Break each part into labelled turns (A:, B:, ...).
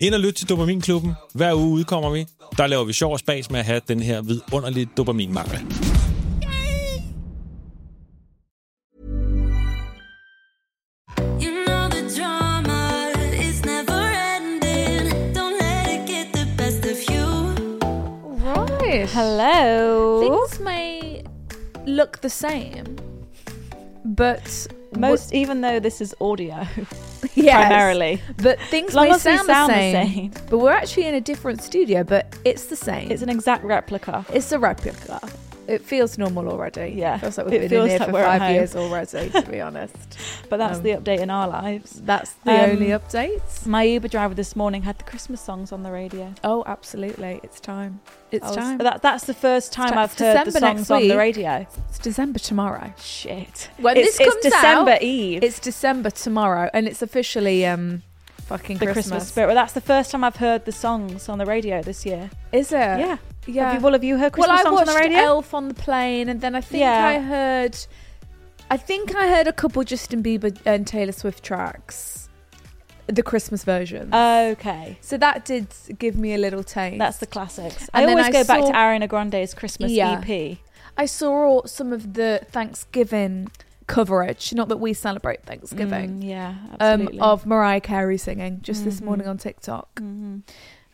A: Ind og lyt til Dopaminklubben. Hver uge udkommer vi. Der laver vi sjov og spas med at have den her vidunderlige dopaminmangel.
B: You know the drama is never ending. Don't let it get the best of you.
C: Right.
D: Hello.
C: Things may look the same, but
D: Most, even though this is audio,
C: yes,
D: primarily.
C: But things
D: Long
C: may
D: as we
C: sound,
D: sound
C: the,
D: the
C: same,
D: same.
C: But we're actually in a different studio, but it's the same.
D: it's an exact replica.
C: It's a replica. It feels normal already.
D: Yeah,
C: feels like
D: it
C: we've been in
D: feels
C: here
D: like
C: for
D: we're at
C: five
D: home.
C: years already. To be honest,
D: But that's
C: Um,
D: the update in our lives.
C: that's the
D: Um,
C: only updates.
D: My Uber driver this morning had the Christmas songs on the radio.
C: Oh, absolutely. It's time. It's
D: I was-
C: time.
D: Oh, That, that's the first time
C: time.
D: I've
C: It's
D: heard
C: December
D: the songs
C: next
D: on the
C: week.
D: radio.
C: It's December tomorrow.
D: Shit.
C: When this
D: it's,
C: comes
D: it's December
C: out,
D: Eve.
C: It's December tomorrow, and it's officially um fucking
D: the Christmas.
C: Christmas.
D: spirit. Well, that's the first time I've heard the songs on the radio this year.
C: Is it?
D: Yeah.
C: Uh, yeah.
D: Have you, well, have you heard
C: well,
D: Christmas
C: I
D: songs on
C: watched
D: the radio?
C: Elf on the plane, and then I think
D: Yeah.
C: I heard, I think I heard a couple Justin Bieber and Taylor Swift tracks, the Christmas version.
D: okay.
C: so that did give me a little taste.
D: Uh, That's the classics.
C: And
D: I
C: then
D: always
C: I
D: go back to
C: saw-
D: Ariana Grande's Christmas E
C: Yeah.
D: EP.
C: I saw all, some of the Thanksgiving coverage. Not that we celebrate Thanksgiving.
D: Mm, yeah,
C: um,
D: absolutely.
C: of Mariah Carey singing just this morning
D: Mhm.
C: on TikTok
D: Mhm.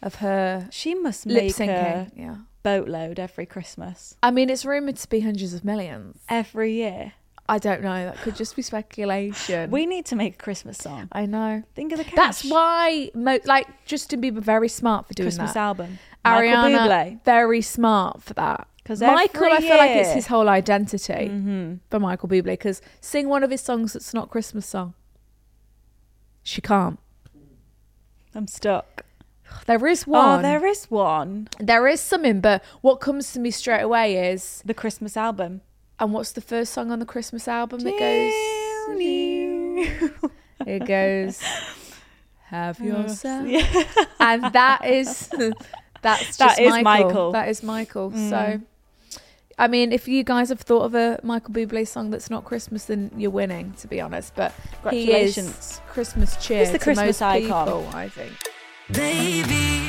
C: of her
D: She must
C: lip
D: make a
C: syncing. Yeah.
D: boatload every Christmas,
C: I mean, it's rumored to be hundreds of millions.
D: every year.
C: I don't know. That could just be speculation.
D: We need to make a Christmas song.
C: I know.
D: Um, Think of the cash.
C: That's why, mo- like Justin Bieber, very smart for doing
D: Christmas
C: that.
D: album. Michael
C: Ariana,
D: Bublé.
C: very smart for that.
D: 'Cause
C: Michael,
D: every
C: I feel like it's
D: year- Mm-hmm.
C: his whole identity for Michael Bublé. Because sing one of his songs that's not Christmas song. She can't.
D: I'm stuck.
C: There is
D: Oh,
C: one.
D: there is one.
C: there is something, but what comes to me straight away is,
D: The Christmas album.
C: and what's the first song on the Christmas album that goes? It goes, have yourself.
D: Oh, Yeah.
C: and that is that's just
D: That is
C: Michael.
D: Michael. Mm.
C: That is Michael. So, I mean, if you guys have thought of a Michael Bublé song that's not Christmas, then you're winning, to be honest. But he is
D: Congratulations.
C: Christmas cheer.
D: the
C: to
D: Christmas
C: most
D: icon.
C: people, I think.
B: Baby.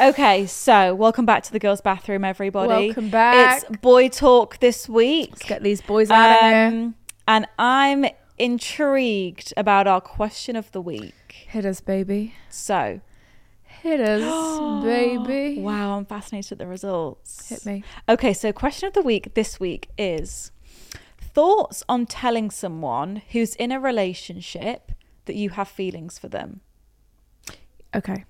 D: Okay, so welcome back to the girls' bathroom, everybody.
C: Welcome back.
D: It's boy talk this week.
C: Let's get these boys out of here.
D: Um, and I'm intrigued about our question of the week.
C: Hit us, baby.
D: So,
C: Hit us, baby.
D: wow, I'm fascinated at the results.
C: Hit me.
D: Okay, so question of the week this week is thoughts on telling someone who's in a relationship that you have feelings for them.
C: Okay.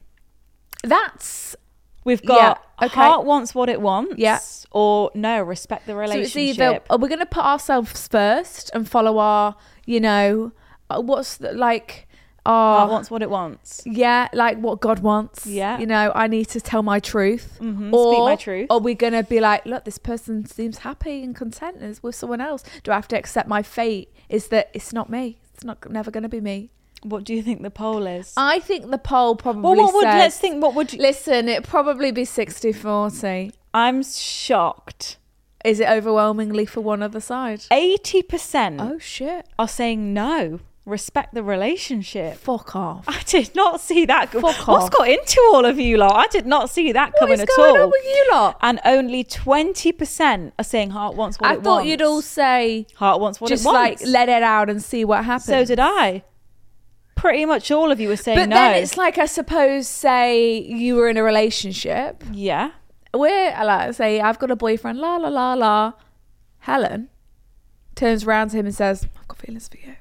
C: That's
D: We've
C: Yeah,
D: got
C: okay.
D: heart wants what it wants,
C: Yeah.
D: or no, respect the
C: so it's
D: relationship.
C: either are we going to put ourselves first and follow our, you know, uh, what's the, like our
D: heart wants what it wants.
C: Yeah, like what God wants.
D: Yeah.
C: You know, I need to tell my truth.
D: Mhm,
C: Or
D: speak my truth.
C: Are we going to be like, look, this person seems happy and content and is with someone else. Do I have to accept my fate? Is that it's not me? It's not never going to be me.
D: What do you think the poll is?
C: I think the poll probably
D: well, what would
C: says-
D: let's think? What would you,
C: Listen, it'd probably be 60-40.
D: I'm shocked.
C: Is it overwhelmingly for one other side?
D: Eighty percent
C: Oh shit.
D: are saying no. Respect the relationship.
C: Fuck off.
D: I did not see that. go-
C: Fuck
D: What's
C: off.
D: got into all of you lot? I did not see that
C: What
D: coming
C: is
D: at
C: going
D: all.
C: on with you lot?
D: And only twenty percent are saying heart wants what
C: I
D: it
C: thought
D: wants.
C: you'd all say
D: heart wants what
C: just
D: it wants.
C: like let it out and see what happens.
D: so did I. Pretty much all of you were saying
C: But
D: no.
C: then it's like I suppose say you were in a relationship.
D: yeah.
C: We're like say I've got a boyfriend, la la la la. Helen turns around to him and says, I've got feelings for you.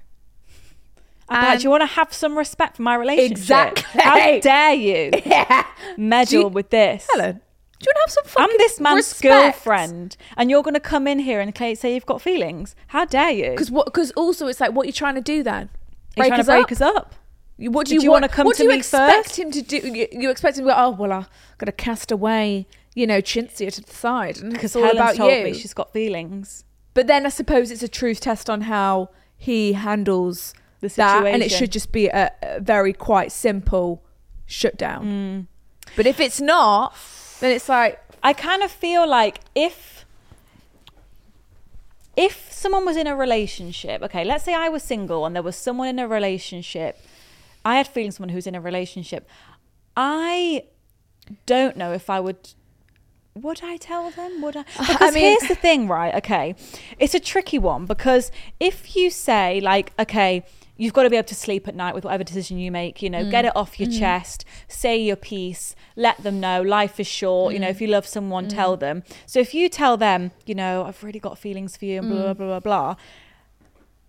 D: I'd be like,
C: And-
D: do you want to have some respect for my relationship?
C: Exactly.
D: How dare you meddle
C: Do you-
D: with this?
C: Helen, do you want to have some
D: I'm
C: fucking
D: this man's
C: respect?
D: girlfriend, and you're going to come in here and cla- say you've got feelings. How dare you?
C: Because what? Because also, it's like what you're trying to do then.
D: you're trying to break us up.
C: You- What do you,
D: Did you
C: want
D: wanna come
C: What do
D: to
C: you
D: me
C: expect
D: first?
C: him to do? You, you expect him to go? Oh well, I got to cast away, you know, Chintzia to the side, and
D: Because
C: it's all
D: Helen's
C: about
D: told
C: you.
D: me she's got feelings.
C: But then I suppose it's a truth test on how he handles
D: The
C: that, and it
D: situation.
C: should just be a, a very quite simple shutdown.
D: Mm.
C: But if it's not, then it's like
D: I kind of feel like if if someone was in a relationship, okay, let's say I was single and there was someone in a relationship, I had feelings someone who's in a relationship. I don't know if I would would I tell them? Would I? Because
C: mean-
D: here's the thing, right? Okay, it's a tricky one because if you say like, okay, you've got to be able to sleep at night with whatever decision you make, you know, get it off your chest, say your piece, let them know life is short. You know, if you love someone, tell them. So if you tell them, you know, I've really got feelings for you, and blah blah blah blah blah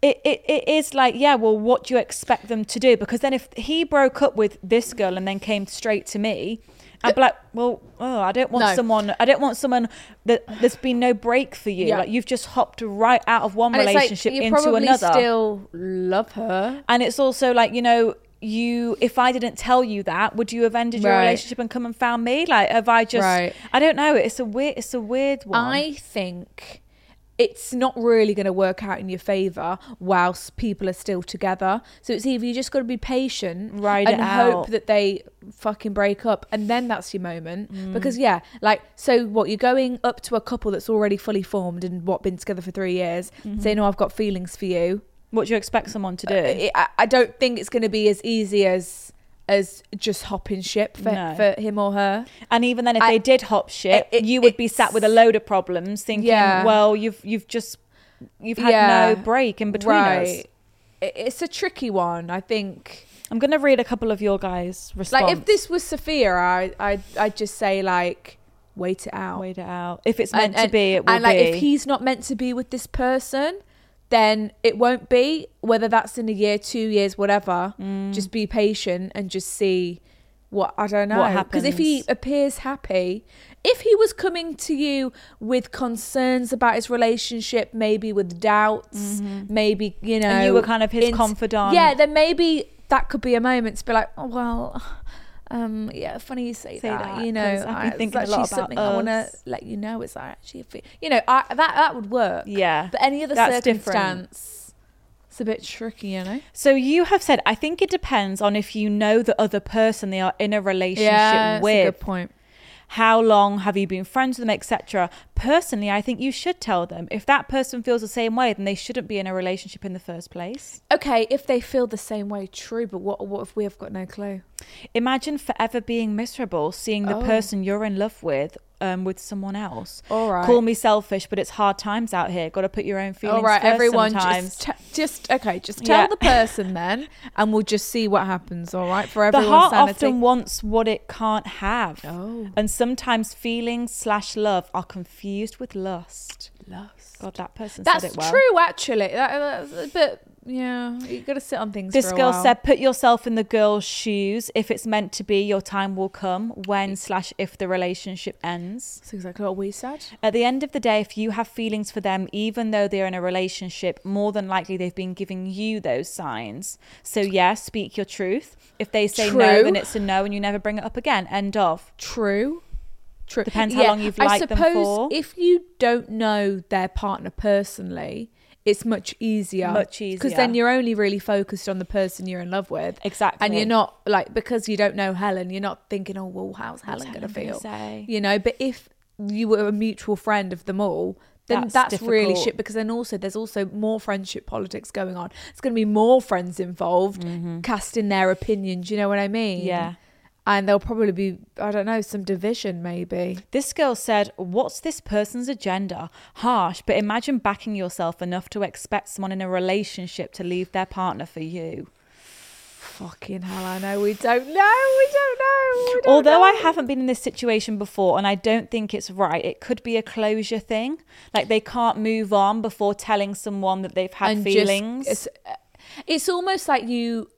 D: it, it, it is like, yeah, well, what do you expect them to do? Because then if he broke up with this girl and then came straight to me, I'd be like, well, oh, I don't want
C: No.
D: someone, I don't want someone that there's been no break for you.
C: Yeah.
D: Like you've just hopped right out of one
C: and it's like
D: relationship
C: you
D: into
C: probably
D: another.
C: still love her.
D: and it's also like, you know, you, if I didn't tell you that, would you have ended your
C: Right.
D: relationship and come and found me? Like, have I just,
C: Right.
D: I don't know. It's a weird, it's a weird one.
C: I think it's not really going to work out in your favor whilst people are still together. So it's either you just got to be patient,
D: Ride it
C: and
D: out.
C: hope that they fucking break up, and then that's your moment.
D: Mm.
C: Because yeah, like so, what you're going up to a couple that's already fully formed and what been together for three years,
D: Mm-hmm.
C: saying, "Oh, I've got feelings for you."
D: what do you expect someone to do?
C: It, I, I don't think it's going to be as easy as as just hopping ship for,
D: No.
C: for him or her.
D: And even then, if
C: I-
D: they did hop shit,
C: it-
D: you would be sat with a
C: it's-
D: load of problems, thinking,
C: Yeah.
D: "Well, you've you've just you've had
C: Yeah.
D: no break in between us."
C: I- It's a tricky one, I think.
D: I'm gonna read a couple of your guys' response.
C: Like if this was Sophia, I I I'd just say like wait it out.
D: wait it out, if it's meant
C: and,
D: to be, it will
C: and like
D: be.
C: if he's not meant to be with this person, then it won't be. Whether that's in a year, two years, whatever.
D: Mm.
C: Just be patient and just see what I don't know.
D: What
C: Because if he
D: happens.
C: appears happy, if he was coming to you with concerns about his relationship, maybe with doubts, maybe you know,
D: Mm-hmm. And you were kind of his
C: ins-
D: confidant.
C: Yeah, then maybe that could be a moment to be like, oh, well. Um, yeah, funny you say,
D: Say
C: that,
D: that,
C: You know,
D: 'cause I've been
C: I- it's
D: thinking a
C: actually
D: lot about
C: something I want to
D: us.
C: let you know it's actually a fe- you know I, that that would work
D: Yeah,
C: but any other
D: that's different.
C: circumstance it's a bit tricky you know
D: so you have said, I think it depends on if you know the other person they are in a relationship
C: yeah
D: with.
C: that's a good point
D: how long have you been friends with them etc personally i think you should tell them if that person feels the same way then they shouldn't be in a relationship in the first place
C: okay if they feel the same way true but what what if we have got no clue
D: imagine forever being miserable seeing the
C: Oh.
D: person you're in love with um, with someone else
C: All right.
D: call me selfish but it's hard times out here gotta put your own feelings
C: all right
D: first
C: everyone
D: sometimes.
C: just, t- just okay just tell
D: Yeah.
C: the person then and we'll just see what happens all right for
D: the
C: everyone's
D: heart
C: sanity
D: often wants what it can't have
C: Oh.
D: and sometimes feelings slash love are confused with lust lust god that person
C: that's
D: said it well
C: true actually that, that's a bit yeah you gotta sit on things
D: This
C: for a
D: girl
C: while.
D: said, "Put yourself in the girl's shoes. If it's meant to be, your time will come. When slash if the relationship ends.
C: that's exactly what we said
D: At the end of the day, if you have feelings for them, even though they're in a relationship, more than likely they've been giving you those signs. So yeah, speak your truth. If they say no,
C: True.
D: then it's a no, and you never bring it up again. End of.
C: True. True.
D: Depends how long you've liked them for.
C: If you don't know their partner personally, it's much easier.
D: Much
C: Because then
D: easier.
C: you're only really focused on the person you're in love with.
D: Exactly.
C: And you're not like because you don't know Helen, you're not thinking, oh well, how's Helen
D: Helen
C: gonna
D: gonna
C: feel?
D: say?
C: You know, but if you were a mutual friend of them all, then
D: That's
C: that's, really
D: difficult.
C: shit because then also there's also more friendship politics going on. It's going to be more friends involved casting their opinions. You know what I mean?
D: Mm-hmm. Yeah.
C: And there'll probably be I don't know some division maybe.
D: This girl said, What's this person's agenda? Harsh, but imagine backing yourself enough to expect someone in a relationship to leave their partner for you.
C: Fucking hell! I know we don't know. We don't know. we don't
D: Although I
C: know.
D: haven't been in this situation before and I don't think it's right, it could be a closure thing. Like they can't move on before telling someone that they've had
C: just-
D: feelings.
C: it's, uh, it's almost like you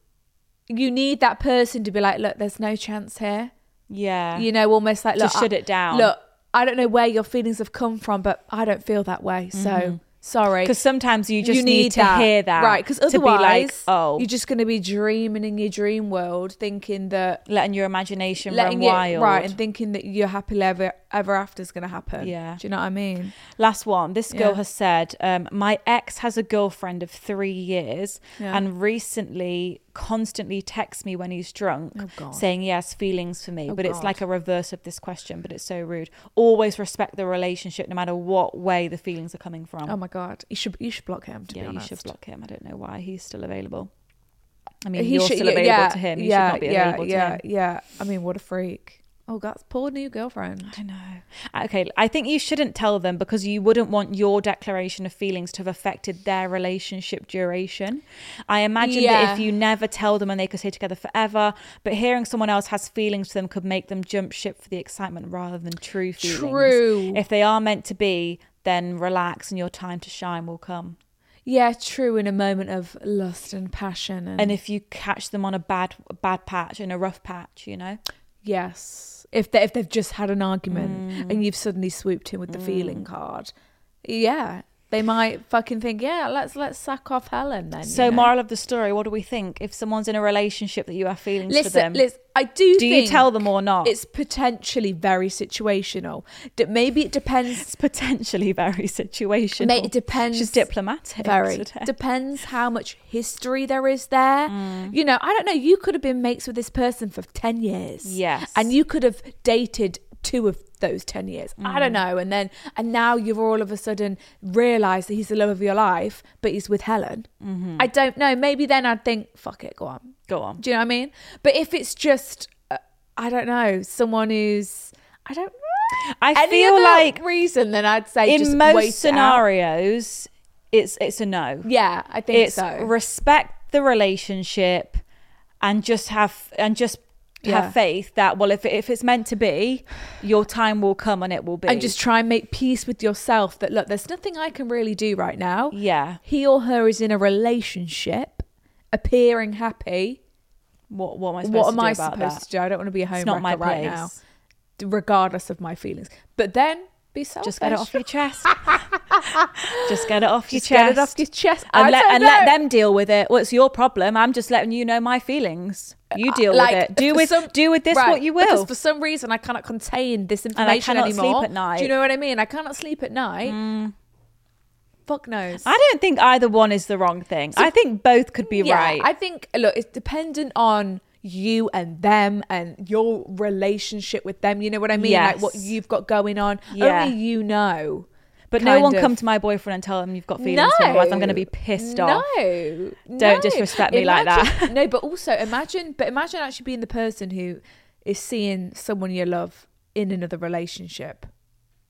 C: you need that person to be like, look, there's no chance here.
D: yeah.
C: You know, almost like
D: To
C: look,
D: shut
C: I-
D: it down.
C: Look, I don't know where your feelings have come from, but I don't feel that way. So sorry.
D: Because sometimes Mm-hmm. you just need, to hear that.
C: right? Because
D: to be like,
C: otherwise,
D: oh,
C: you're just going to be dreaming in your dream world, thinking that
D: letting your imagination
C: letting
D: run wild.
C: it right and thinking that your happily ever ever after is going to happen.
D: Yeah.
C: do you know what I mean?
D: Last one. This girl
C: Yeah.
D: has said, um, My ex has a girlfriend of three years
C: Yeah.
D: and recently constantly texts me when he's drunk
C: Oh, God.
D: saying he has feelings for me.
C: Oh,
D: but it's
C: God.
D: like a reverse of this question, but it's so rude. Always respect the relationship no matter what way the feelings are coming from.
C: Oh my god, you should you should block him. To be
D: yeah, you
C: honest.
D: should block him. I don't know why he's still available. I mean,
C: He
D: you're
C: should-
D: still
C: yeah,
D: available
C: yeah,
D: to him. You
C: yeah,
D: should not be
C: yeah,
D: available to
C: yeah,
D: him.
C: Yeah, I mean, what a freak. Oh, that's poor new girlfriend.
D: I know. Okay, I think you shouldn't tell them because you wouldn't want your declaration of feelings to have affected their relationship duration. I imagine that
C: Yeah.
D: if you never tell them and they could stay together forever, but hearing someone else has feelings for them could make them jump ship for the excitement rather than true feelings.
C: True.
D: If they are meant to be, then relax and your time to shine will come.
C: Yeah, true. In a moment of lust and passion, and,
D: And if you catch them on a bad bad patch, in a rough patch, you know?
C: yes, if they if they've just had an argument
D: Mm.
C: and you've suddenly swooped in with the feeling card, yeah, they might fucking think, yeah, let's let's sack off Helen then.
D: So
C: you know?
D: moral of the story, what do we think? If someone's in a relationship that you have feelings for
C: Listen,
D: them.
C: listen, I do.
D: Do you
C: think
D: tell them or not?
C: It's potentially very situational. D- Maybe it depends.
D: It's potentially very situational.
C: Mate, it depends.
D: She's diplomatic.
C: Very
D: today.
C: depends how much history there is there.
D: Mm.
C: You know, I don't know. You could have been mates with this person for ten years.
D: Yes.
C: and you could have dated two of those ten years. I don't
D: Mm.
C: know. And then and now you've all of a sudden realised that he's the love of your life, but he's with Helen. I don't know. Maybe then I'd think, fuck it, go on.
D: Mm-hmm. Go on.
C: Do you know what I mean? But if it's just, uh, I don't know, someone who's, I don't.
D: I
C: Any
D: feel
C: other
D: like
C: reason, then I'd say just
D: In
C: wait
D: most
C: it out.
D: scenarios, it's it's a no.
C: Yeah, I think
D: It's
C: so.
D: respect the relationship and just have and just
C: Yeah.
D: have faith that well if if it's meant to be, your time will come and it will be.
C: and just try and make peace with yourself that look there's nothing i can really do right now
D: Yeah.
C: he or her is in a relationship appearing happy
D: what what am I supposed
C: what
D: to
C: am i
D: do about
C: supposed
D: that?
C: to do i don't want to be a
D: It's not
C: homewrecker
D: my
C: right
D: place.
C: now regardless of my feelings but then be selfish
D: Just get it off your chest. just get it off your
C: Just
D: chest.
C: get it off your chest
D: and,
C: I
D: let,
C: don't
D: and let
C: know.
D: them deal with it. What's your problem? I'm just letting you know my feelings. You deal with it. Do
C: Uh, for
D: with
C: some-
D: do with this
C: Right,
D: what you
C: Because
D: will.
C: for some reason, I cannot contain this
D: I
C: information
D: cannot sleep
C: anymore.
D: at night. Mm.
C: Do you know what I mean? I cannot sleep at night. Fuck knows.
D: I don't think either one is the wrong thing. I think both could be
C: Yeah,
D: right.
C: I think look, it's dependent on you and them and your relationship with them. You know what I mean? Like what
D: Yes.
C: you've got going on.
D: Yeah.
C: Only you know.
D: but no
C: kind
D: one
C: of-
D: come to my boyfriend and tell him you've got feelings. for him, Otherwise, I'm going to be pissed
C: no,
D: off.
C: No,
D: disrespect me like that.
C: Imagine- no, but also imagine, but imagine actually being the person who is seeing someone you love in another relationship.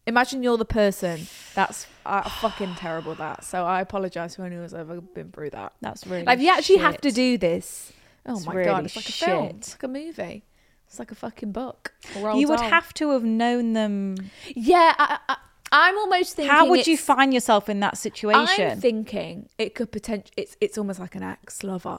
C: Imagine you're the person. That's uh, fucking terrible. That. So I apologize for anyone who's ever been through that.
D: That's really
C: like you actually have to
D: shit.
C: do this. Oh
D: It's
C: my
D: really
C: god! It's like a film.
D: shit.
C: It's like a movie. It's like a fucking book. Roald
D: You would
C: Dahl.
D: have to have known them.
C: Yeah, I, I, I'm almost thinking.
D: How would you
C: it's-
D: find yourself in that situation?
C: I'm thinking it could potentially. It's it's almost like an ex lover,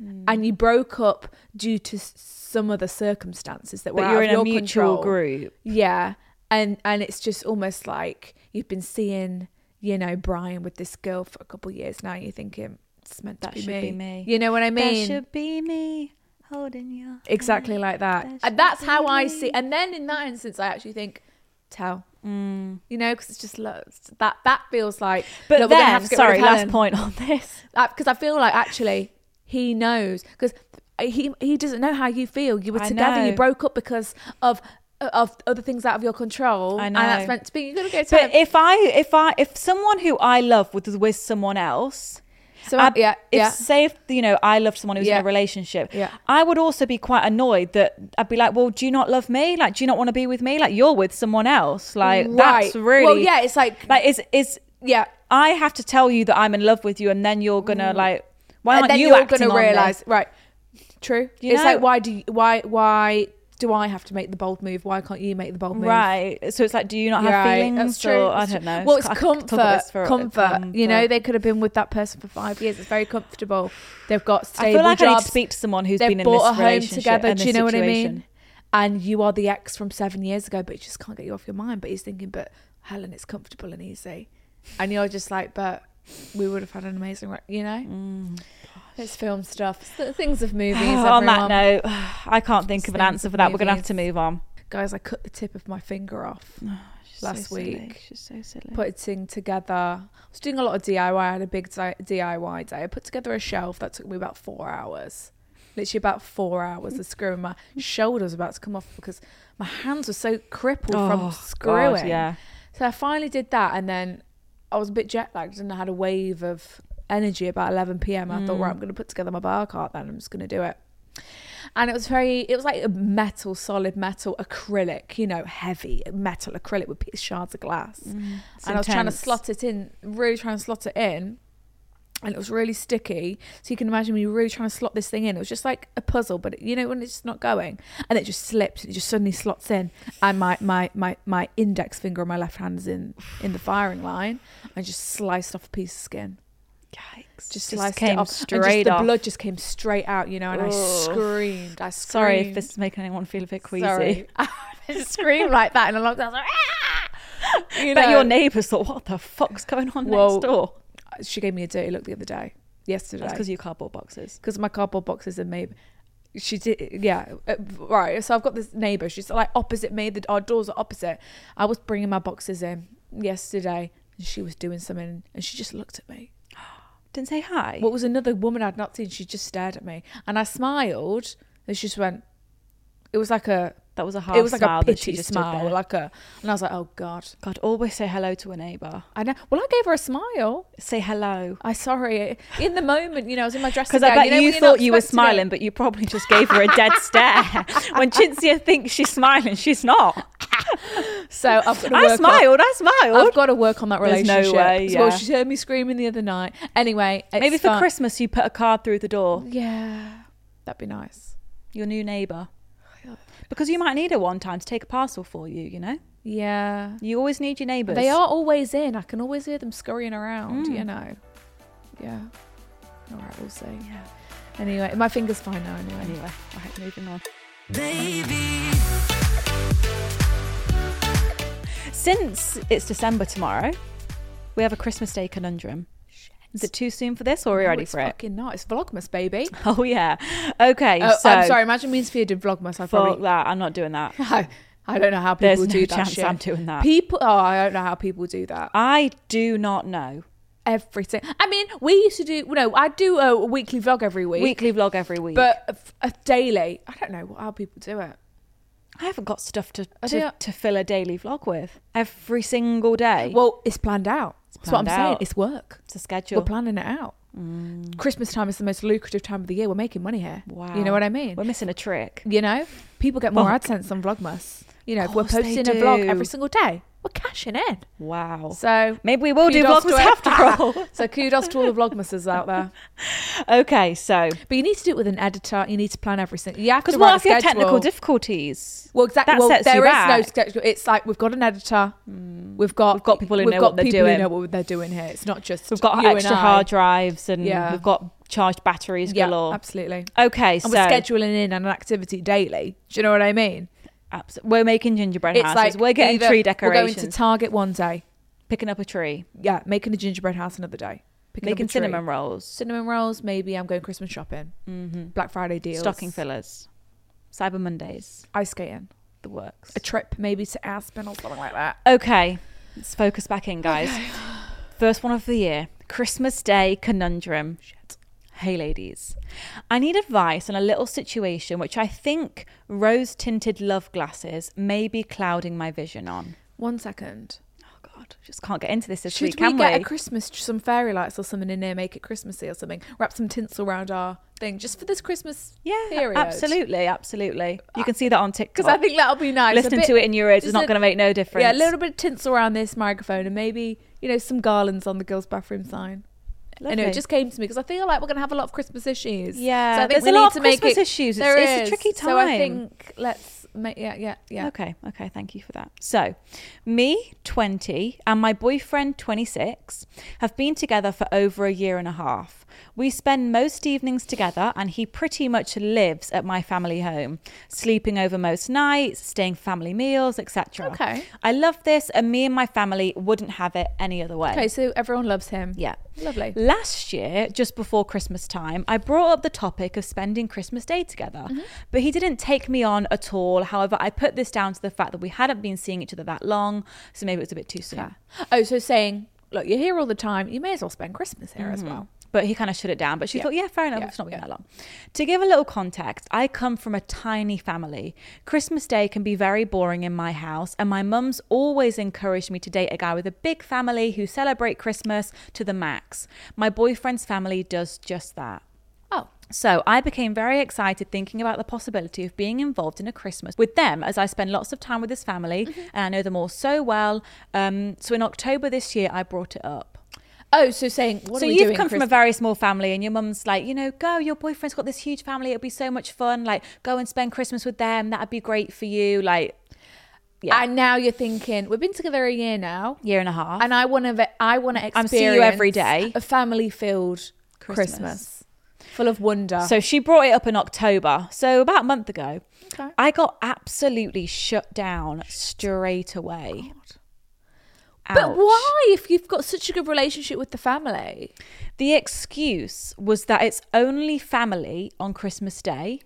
D: Hmm.
C: and you broke up due to s- some other circumstances that were
D: but
C: out
D: you're
C: of
D: in a
C: your
D: mutual
C: control.
D: group.
C: Yeah, and and it's just almost like you've been seeing, you know, Brian with this girl for a couple of years now. and You're thinking it's meant to
D: That
C: be
D: should
C: me.
D: be me.
C: You know what I mean?
D: That should be me holding you.
C: exactly like that.
D: That
C: And that's
D: should
C: how
D: be
C: I
D: me.
C: see. And then in that instance, I actually think tell. You know, because it's just like, that. That feels like.
D: Mm. But
C: look, we're gonna have
D: then,
C: to get
D: sorry,
C: rid of
D: last
C: Helen.
D: point on this.
C: because I feel like actually he knows because he he doesn't know how you feel. You were
D: I
C: together. You
D: know.
C: broke up because of of other things out of your control.
D: I
C: And that's
D: know.
C: meant to be. You're gonna go to
D: But if I, if I, if someone who I love was with someone else,
C: so
D: I-
C: Uh, yeah
D: if
C: yeah.
D: say if you know I loved someone who was
C: Yeah.
D: in a relationship,
C: Yeah.
D: I would also be quite annoyed that I'd be like, well, do you not love me? Like, do you not want to be with me? Like, you're with someone else. Like, that's
C: Right.
D: really
C: Well, yeah, it's like-
D: like is is
C: yeah.
D: I have to tell you that I'm in love with you, and then you're gonna like why
C: Mm. And
D: aren't
C: then
D: you
C: you are
D: acting
C: gonna
D: on this?
C: realize right. True.
D: You
C: it's
D: know-
C: like why do you, why why do I have to make the bold move? Why can't you make the bold move?
D: Right. So it's like, do you not have
C: Right,
D: feelings?
C: That's true.
D: Or, I
C: that's
D: don't
C: true.
D: know.
C: Well, it's
D: I could talk
C: comfort.
D: about this for-
C: comfort. you know,
D: but-
C: they could have been with that person for five years. It's very comfortable. They've got stable
D: I feel like
C: jobs.
D: I need to speak to someone who's
C: They've
D: been in
C: bought
D: this
C: a home
D: relationship
C: together.
D: and
C: Do you
D: this
C: know what I
D: situation.
C: mean? And you are the ex from seven years ago, but you just can't get you off your mind. But he's thinking, but Helen, it's comfortable and easy, and you're just like, but we would have had an amazing, re-, you know. It's film stuff. It's the things of movies.
D: Mm. on that
C: everyone.
D: note, I can't think of an
C: Things
D: answer
C: of
D: for that. We're gonna have
C: movies.
D: to move on.
C: guys, I cut the tip of my finger off. Last week.
D: she's so silly.
C: putting together. I was doing a lot of DIY. I had a big di- DIY day. I put together a shelf that took me about four hours. Literally about four hours of screwing. My shoulder was about to come off because my hands were so crippled
D: Oh,
C: from
D: God,
C: screwing.
D: yeah.
C: So I finally did that, and then I was a bit jet lagged, and I had a wave of energy about 11 p.m. I
D: Mm.
C: thought, right, I'm going to put together my bar cart. Then I'm just going to do it. And it was very, it was like a metal, solid metal, acrylic, you know, heavy metal acrylic with p- shards of glass. and I was trying to
D: intense.
C: slot it in, really trying to slot it in. And it was really sticky. So you can imagine me really trying to slot this thing in. It was just like a puzzle, but you know, when it's just not going and it just slips, it just suddenly slots in. And my, my, my, my index finger on my left hand is in, in the firing line. I just sliced off a piece of skin
D: Yikes.
C: just
D: Just
C: sliced it
D: came
C: off. and just
D: straight
C: the
D: off.
C: blood just came straight out, you know, and I
D: Ugh.
C: screamed. I screamed.
D: Sorry if this is making anyone feel a bit queasy.
C: Sorry. I screamed like that in a lockdown. I was like, "Ah!" you
D: But
C: know.
D: your neighbours thought, what the fuck's going on
C: Well,
D: next door?
C: She gave me a dirty look the other day, yesterday,
D: That's because you cardboard boxes.
C: because my cardboard boxes and maybe. She did, yeah. Uh, Right. So I've got this neighbor. She's like opposite me. The, our doors are opposite. I was bringing my boxes in yesterday, and she was doing something, and she just looked at me.
D: Didn't say hi.
C: What was another woman I'd not seen? She just stared at me, and I smiled, and she just went. It was like a.
D: that was a hard
C: It was like
D: smile
C: a
D: that she
C: pity
D: just
C: smile,
D: Did there.
C: like a. And I was like, oh god.
D: God, always say hello to a neighbour.
C: I know. Well, I gave her a smile.
D: Say hello.
C: I sorry. In the moment, you know, I was in my dressing
D: Because
C: gown.
D: I bet
C: know,
D: you,
C: when you're not
D: thought you were
C: expecting it.
D: smiling, but you probably just gave her a dead stare. When Chintzia thinks she's smiling, she's not.
C: So I've got to work
D: I
C: on-
D: smiled. I smiled.
C: I've got to work on that
D: There's no
C: relationship.
D: way,
C: Well,
D: yeah.
C: she heard me screaming the other night. Anyway, it's
D: Maybe for
C: fine.
D: Christmas you put a card through the door.
C: Yeah, that'd be nice.
D: Your new neighbour. Because you might need her one time to take a parcel for you, you know?
C: Yeah.
D: You always need your neighbours.
C: They are always in. I can always hear them scurrying around,
D: Hmm.
C: you know. Yeah. All right, we'll see. Yeah. Anyway, my finger's fine now, anyway. Oh,
D: Anyway, right, moving on.
B: Baby,
D: Since it's December tomorrow, we have a Christmas Day conundrum. Is it too soon for this or are we
C: No,
D: ready
C: it's
D: for it?
C: fucking not. It's Vlogmas, baby.
D: Oh, yeah. Okay,
C: Oh,
D: so.
C: I'm sorry. Imagine me and Sophia did Vlogmas. I
D: Fuck
C: probably.
D: that. I'm not doing that.
C: I, I don't know how people
D: There's
C: do
D: no
C: that
D: chance
C: shit.
D: I'm doing that.
C: People. Oh, I don't know how people do that.
D: I do not know.
C: Everything. I mean, we used to do. No, I do a weekly vlog every week.
D: Weekly vlog every week.
C: But a, a daily. I don't know how people do it.
D: I haven't got stuff to,
C: I
D: to,
C: don't-
D: to fill a daily vlog with every single day.
C: Well, it's planned out. That's what I'm
D: planned
C: saying.
D: out.
C: It's work.
D: it's a schedule.
C: We're planning it out. Christmas time is the most lucrative time of the year. We're making money here.
D: Mm. Wow.
C: You know what I mean?
D: We're missing a trick.
C: you know, people get more
D: Fuck.
C: AdSense on Vlogmas. You know, if we're
D: Course they
C: posting a vlog
D: do.
C: every single day. We're cashing in.
D: Wow.
C: So
D: Maybe we will do
C: kudos to
D: Vlogmas
C: it.
D: after all.
C: so kudos to all the Vlogmases out there.
D: okay, so
C: But you need to do it with an editor. You need to plan everything. You have to
D: because what
C: write
D: if
C: a
D: you have
C: schedule.
D: technical difficulties?
C: Well, exactly.
D: That
C: well, there
D: sets
C: is
D: you
C: no
D: back. Mm.
C: schedule. It's like we've got an editor. We've got
D: We've got people who
C: we've
D: know
C: got
D: what they're
C: people
D: doing.
C: Who know what they're doing here. It's not just
D: We've got
C: you
D: extra
C: and I.
D: hard drives and
C: Yeah.
D: we've got charged batteries
C: Yeah,
D: galore.
C: absolutely.
D: Okay, so
C: and we're scheduling in an activity daily. Do you know what I mean?
D: abs- we're making gingerbread houses. we're getting
C: either
D: tree
C: We're
D: decorations.
C: going to Target one day.
D: picking up a tree,
C: Yeah, making a gingerbread house another day. Picking up a
D: making
C: tree.
D: cinnamon rolls, Mm-hmm.
C: cinnamon rolls. Maybe I'm going Christmas shopping. Black Friday deals.
D: stocking fillers, Cyber Mondays.
C: Ice skating.
D: the works.
C: a trip maybe to Aspen or something like that.
D: Okay, let's focus back in, guys. First one of the year Christmas Day conundrum. Hey, ladies. I need advice on a little situation which I think rose tinted love glasses may be clouding my vision on.
C: One second.
D: Oh, God. Just can't get into this this
C: Should
D: week,
C: we
D: can
C: get
D: we?
C: a Christmas some fairy lights or something in there, make it Christmassy or something? Wrap some tinsel around our thing just for this Christmas
D: yeah,
C: period.
D: absolutely, absolutely. You can see that on TikTok.
C: Because I think that'll be nice. A
D: Listening
C: bit-
D: Oh. to it in your ears is
C: just
D: not
C: a-
D: going to make no difference.
C: Yeah, a little bit of tinsel around this microphone and maybe, you know, some garlands on the girls' bathroom sign. I know
D: Lovely.
C: it just came to me because I feel like we're going to have a lot of Christmas issues. so
D: Yeah,
C: I think
D: there's
C: we
D: a
C: need
D: lot of
C: to make
D: Christmas
C: it,
D: issues.
C: There
D: It's- it's a tricky
C: So I
D: time.
C: think let's make yeah yeah yeah.
D: Okay, okay, thank you for that. So, me, 20, and my boyfriend, 26, have been together for over a year and a half. We spend most evenings together, and he pretty much lives at my family home, sleeping over most nights, staying family meals, etc.
C: Okay.
D: I love this, and me and my family wouldn't have it any other way.
C: Okay, so everyone loves him.
D: Yeah.
C: Lovely.
D: Last year, just before Christmas time, I brought up the topic of spending Christmas Day together,
C: Mm-hmm.
D: but he didn't take me on at all. However, I put this down to the fact that we hadn't been seeing each other that long, so maybe it was a bit too soon.
C: Oh, so saying, look, you're here all the time. You may as well spend Christmas here
D: Mm-hmm.
C: as well.
D: But he kind of shut it down. But she thought, yeah, fair enough.
C: Yeah,
D: It's not been
C: yeah.
D: that long. To give a little context, I come from a tiny family. Christmas Day can be very boring in my house, and my mum's always encouraged me to date a guy with a big family who celebrate Christmas to the max. My boyfriend's family does just that.
C: Oh,
D: So I became very excited thinking about the possibility of being involved in a Christmas with them as I spend lots of time with his family
C: Mm-hmm.
D: and I know them all so well. Um, so in October this year, I brought it up.
C: oh, so saying, what
D: so
C: are we
D: you've
C: doing
D: come from a
C: Christmas?
D: very small family and your mum's like, you know, go, your boyfriend's got this huge family. It'll be so much fun. Like, go and spend Christmas with them. That'd be great for you. Like, yeah.
C: And now you're thinking, we've been together a year now,
D: year and a half.
C: and I want to, I want to
D: I'm
C: experience.
D: seeing you every day.
C: A family filled Christmas. full of wonder.
D: So she brought it up in October. So about a month ago,
C: Okay.
D: I got absolutely shut down straight away.
C: but
D: Ouch.
C: why, if you've got such a good relationship with the family?
D: The excuse was that it's only family on Christmas Day.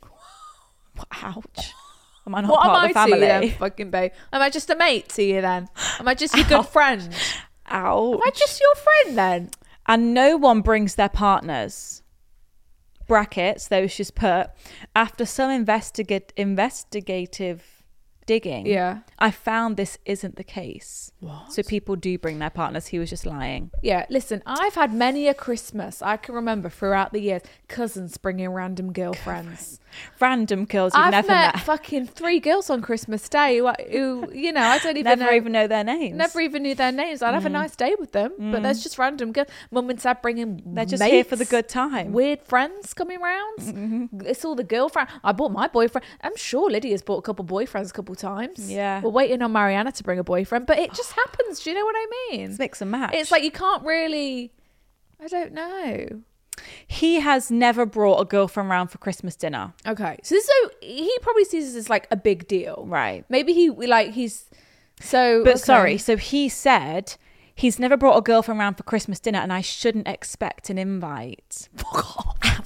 D: Ouch. Am I not
C: What
D: part
C: am I
D: of the
C: to you,
D: family?
C: then, fucking babe? Am I just a mate to you then? Am I just your good friend? Am
D: Ouch.
C: I just your friend then?
D: and no one brings their partners. Brackets, those she's put. After some investigate investigative digging,
C: Yeah.
D: I found this isn't the case. So people do bring their partners. He was just lying.
C: Yeah, listen, I've had many a Christmas I can remember throughout the years. Cousins bringing random girlfriends.
D: Random girls you've
C: I've
D: never
C: met,
D: met,
C: fucking three girls on Christmas Day who, I- who you know, I don't even
D: never
C: know.
D: even know their names.
C: Never even knew their names. I'd have
D: Mm.
C: a nice day with them, but there's just random girls. Mum and dad bringing.
D: They're just here for the
C: mates,
D: good time. Mm-hmm.
C: Weird friends coming round. It's all the girlfriend. I bought my boyfriend. I'm sure Lydia's bought a couple boyfriends a couple times.
D: Yeah.
C: we're waiting on Mariana to bring a boyfriend, but it just happens. Do you know what I mean?
D: It's mix and match.
C: It's like you can't really. I don't know.
D: he has never brought a girlfriend round for Christmas dinner.
C: Okay, so so he probably sees this as like a big deal,
D: Right.
C: Maybe he like he's so.
D: But
C: okay.
D: sorry, so he said he's never brought a girlfriend round for Christmas dinner, and I shouldn't expect an invite.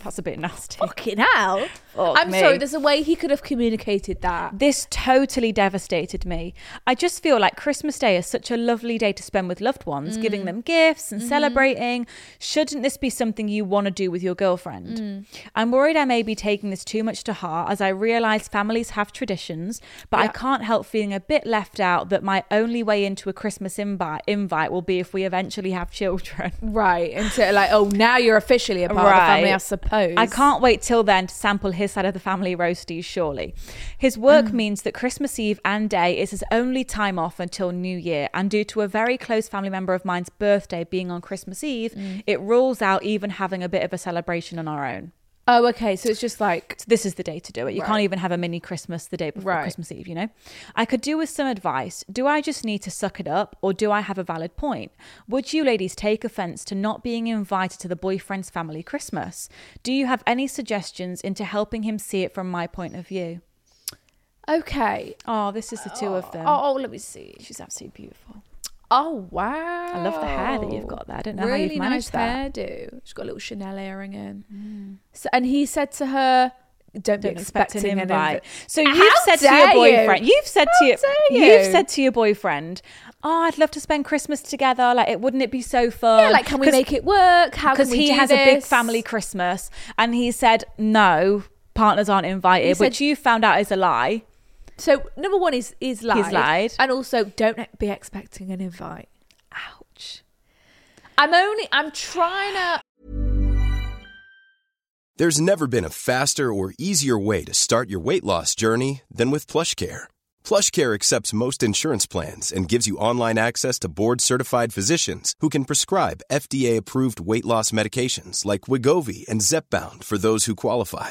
D: That's a bit nasty.
C: fucking hell.
D: Fuck
C: I'm
D: me.
C: sorry. There's a way he could have communicated that.
D: This totally devastated me. I just feel like Christmas Day is such a lovely day to spend with loved ones, giving them gifts and celebrating. Shouldn't this be something you want to do with your girlfriend? I'm worried I may be taking this too much to heart as I realize families have traditions, but I
C: Yeah.
D: can't help feeling a bit left out that my only way into a Christmas invite invite will be if we eventually have children.
C: Right. And so, like, oh, now you're officially a part of the family, I suppose.
D: I can't wait till then to sample his side of the family roasties, surely. His work means that Christmas Eve and day is his only time off until New Year, and due to a very close family member of mine's birthday being on Christmas Eve, it rules out even having a bit of a celebration on our own.
C: Oh, okay. So it's just like,
D: So this is the day to do it. You can't even have a mini Christmas the day before
C: Right.
D: Christmas Eve, you know? I could do with some advice. Do I just need to suck it up or do I have a valid point? Would you ladies take offense to not being invited to the boyfriend's family Christmas? Do you have any suggestions into helping him see it from my point of view?
C: okay.
D: Oh, this is the two of them.
C: Oh, let me see.
D: She's absolutely beautiful.
C: Oh, wow.
D: I love the hair that you've got there. I don't know
C: really
D: how you've managed
C: nice
D: that. Mm.
C: hairdo. She's got a little Chanel earring in. So, and he said to her, don't, be
D: don't expect
C: expecting
D: an
C: an
D: invite.
C: invite.
D: So
C: How
D: you've said to your
C: dare
D: boyfriend,
C: you?
D: have said to
C: How
D: your,
C: dare
D: have
C: you?
D: said to your boyfriend, "Oh, I'd love to spend Christmas together. Like, it wouldn't it be so fun?
C: Yeah, like can we
D: 'Cause-
C: make it work? How can
D: because
C: we
D: he
C: do
D: has a big
C: this?
D: family Christmas, and he said no, partners aren't
C: He
D: invited,
C: said-
D: which you found out is a lie.
C: So number one is is lied.
D: lied.
C: and also don't be expecting an invite. Ouch. I'm only. I'm trying to.
E: There's never been a faster or easier way to start your weight loss journey than with PlushCare. PlushCare accepts most insurance plans and gives you online access to board-certified physicians who can prescribe FDA-approved weight loss medications like Wigovi and Zepbound for those who qualify.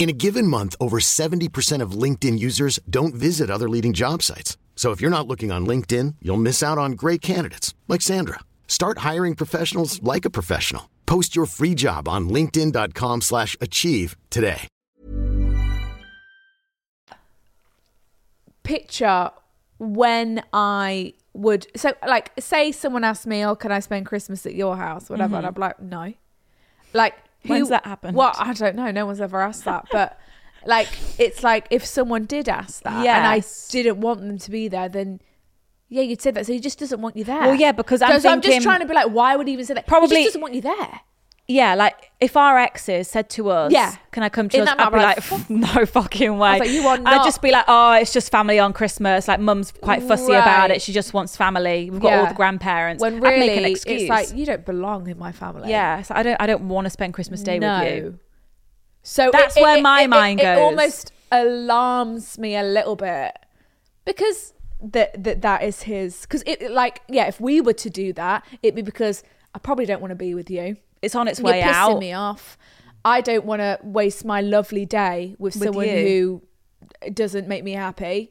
F: In a given month, over 70% of LinkedIn users don't visit other leading job sites. So if you're not looking on LinkedIn, you'll miss out on great candidates like Sandra. Start hiring professionals like a professional. Post your free job on linkedin.com/achieve slash achieve today.
C: picture when I would so like say someone asked me, "Oh, can I spend Christmas at your house?" Whatever, and I'm like, "No." Like,
D: Mm-hmm. When's that happened?
C: Well, I don't know. No one's ever asked that, but like, it's like if someone did ask that, and I
D: Yes.
C: didn't want them to be there, then. Yeah, you'd say that. So he just doesn't want you there.
D: Well, yeah, because I'm
C: so, so I'm just
D: thinking-
C: trying to be like, why would he even say that?
D: Probably-
C: he just doesn't want you there.
D: Yeah, like if our exes said to us,
C: Yeah.
D: can I come to
C: In
D: yours?"
C: that
D: I'd be
C: moment,
D: like,
C: I'd be
D: no fucking way.
C: I was like, you are
D: I'd
C: not-
D: just be like, oh, it's just family on Christmas. Like, mum's quite fussy about
C: Right.
D: it. She just wants family. We've got all
C: Yeah.
D: the grandparents.
C: When
D: I'd
C: really,
D: make an excuse.
C: it's like you don't belong in my family.
D: yeah, it's like, I don't. I don't want to spend Christmas Day with you.
C: So it-
D: That's
C: it-
D: where
C: it-
D: my
C: it-
D: mind
C: it,
D: goes.
C: It almost alarms me a little bit because that that that is his. Because it it like yeah, if we were to do that, it'd be because I probably don't want to be with you.
D: It's on its
C: You're
D: way
C: pissing
D: out.
C: me off. I don't want to waste my lovely day with,
D: With
C: someone
D: you. Mm.
C: who doesn't make me happy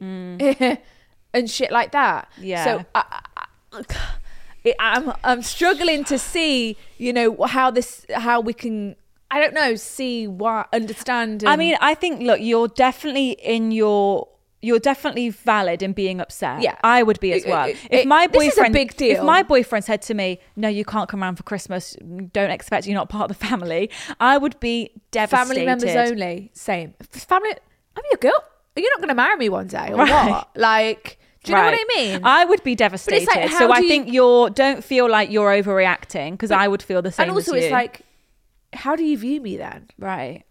C: and shit like that.
D: Yeah.
C: So I, I, I- it- I'm I'm struggling to see, you know, how this how we can I don't know, see why understand.
D: I
C: and-
D: mean, I think look, you're definitely in your you're definitely valid in being upset.
C: Yeah.
D: I would be as
C: It-
D: well.
C: it-
D: if
C: it-
D: my
C: this is a
D: boyfriend,
C: big deal.
D: if my boyfriend said to me, "No, you can't come around for Christmas. Don't expect you're not part of the family," I would be devastated.
C: family members only. Same F- family. I'm your girl. Are you not going to marry me one day or
D: Right.
C: what? Like, do you know
D: Right.
C: what I mean?
D: I would be devastated.
C: like,
D: so
C: how
D: I
C: do you-
D: think you're don't feel like you're overreacting because I would feel the same.
C: and also,
D: as
C: it's
D: you.
C: like, oh, how do you view me then?
D: right.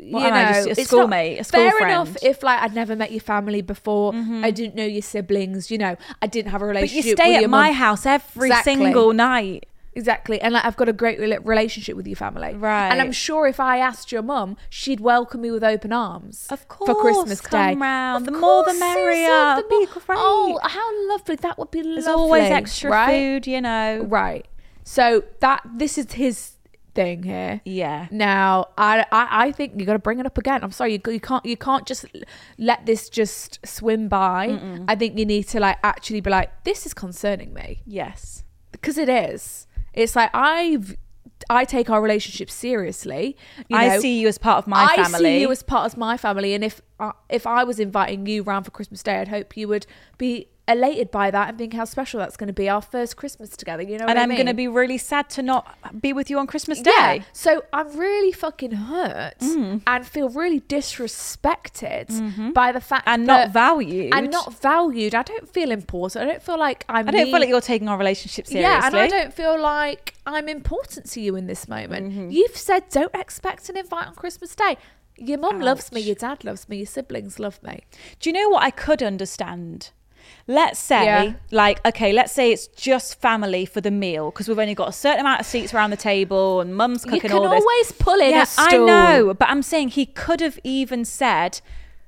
C: you
D: am I, just a
C: it's
D: schoolmate, a school
C: fair enough
D: friend? Mm-hmm.
C: if like I'd never met your family before, I didn't know your siblings, you know, I didn't have a
D: But you
C: relationship.
D: stay
C: with
D: at
C: your
D: my
C: mum.
D: house every
C: Exactly.
D: single night.
C: exactly, and like I've got a great rela- relationship with your family,
D: Right.
C: And I'm sure if I asked your mum, she'd welcome me with open arms,
D: Of
C: for Christmas
D: course, come
C: Day.
D: round.
C: Of
D: The more the
C: course,
D: merrier.
C: Susan, the more-
D: Be great.
C: Oh, how lovely! That would be lovely.
D: There's always extra
C: right?
D: food, you know.
C: Right. So that this is his thing here.
D: Yeah.
C: Now, I I, I think you got to bring it up again. I'm sorry, you, you can't you can't just let this just swim by. I think you need to like actually be like, this is concerning me
D: Yes.
C: because it is. It's like I've I take our relationship seriously. You
D: I
C: know.
D: see you as part of my
C: I
D: family.
C: see you as part of my family, and if I if I was inviting you round for Christmas Day, I'd hope you would be elated by that and think how special that's going to be our first Christmas together. You know, what
D: and
C: I
D: I'm going to
C: mean?
D: be really sad to not be with you on Christmas Day.
C: Yeah. So I'm really fucking hurt
D: Mm.
C: and feel really disrespected by the fact
D: Mm-hmm. And
C: that-
D: not valued.
C: and not valued. I don't feel important. I don't feel like I'm.
D: I don't feel
C: need-
D: like you're taking our relationship seriously.
C: Yeah, and I don't feel like I'm important to you in this moment.
D: Mm-hmm.
C: You've said don't expect an invite on Christmas Day. Your mum loves me.
D: Ouch.
C: Your dad loves me. Your siblings love me.
D: Do you know what I could understand? Let's say,
C: Yeah.
D: like, okay, let's say it's just family for the meal because we've only got a certain amount of seats around the table and mum's
C: You
D: cooking
C: can
D: all this.
C: always pull in a
D: Yeah, I
C: stool.
D: know, but I'm saying he could have even said,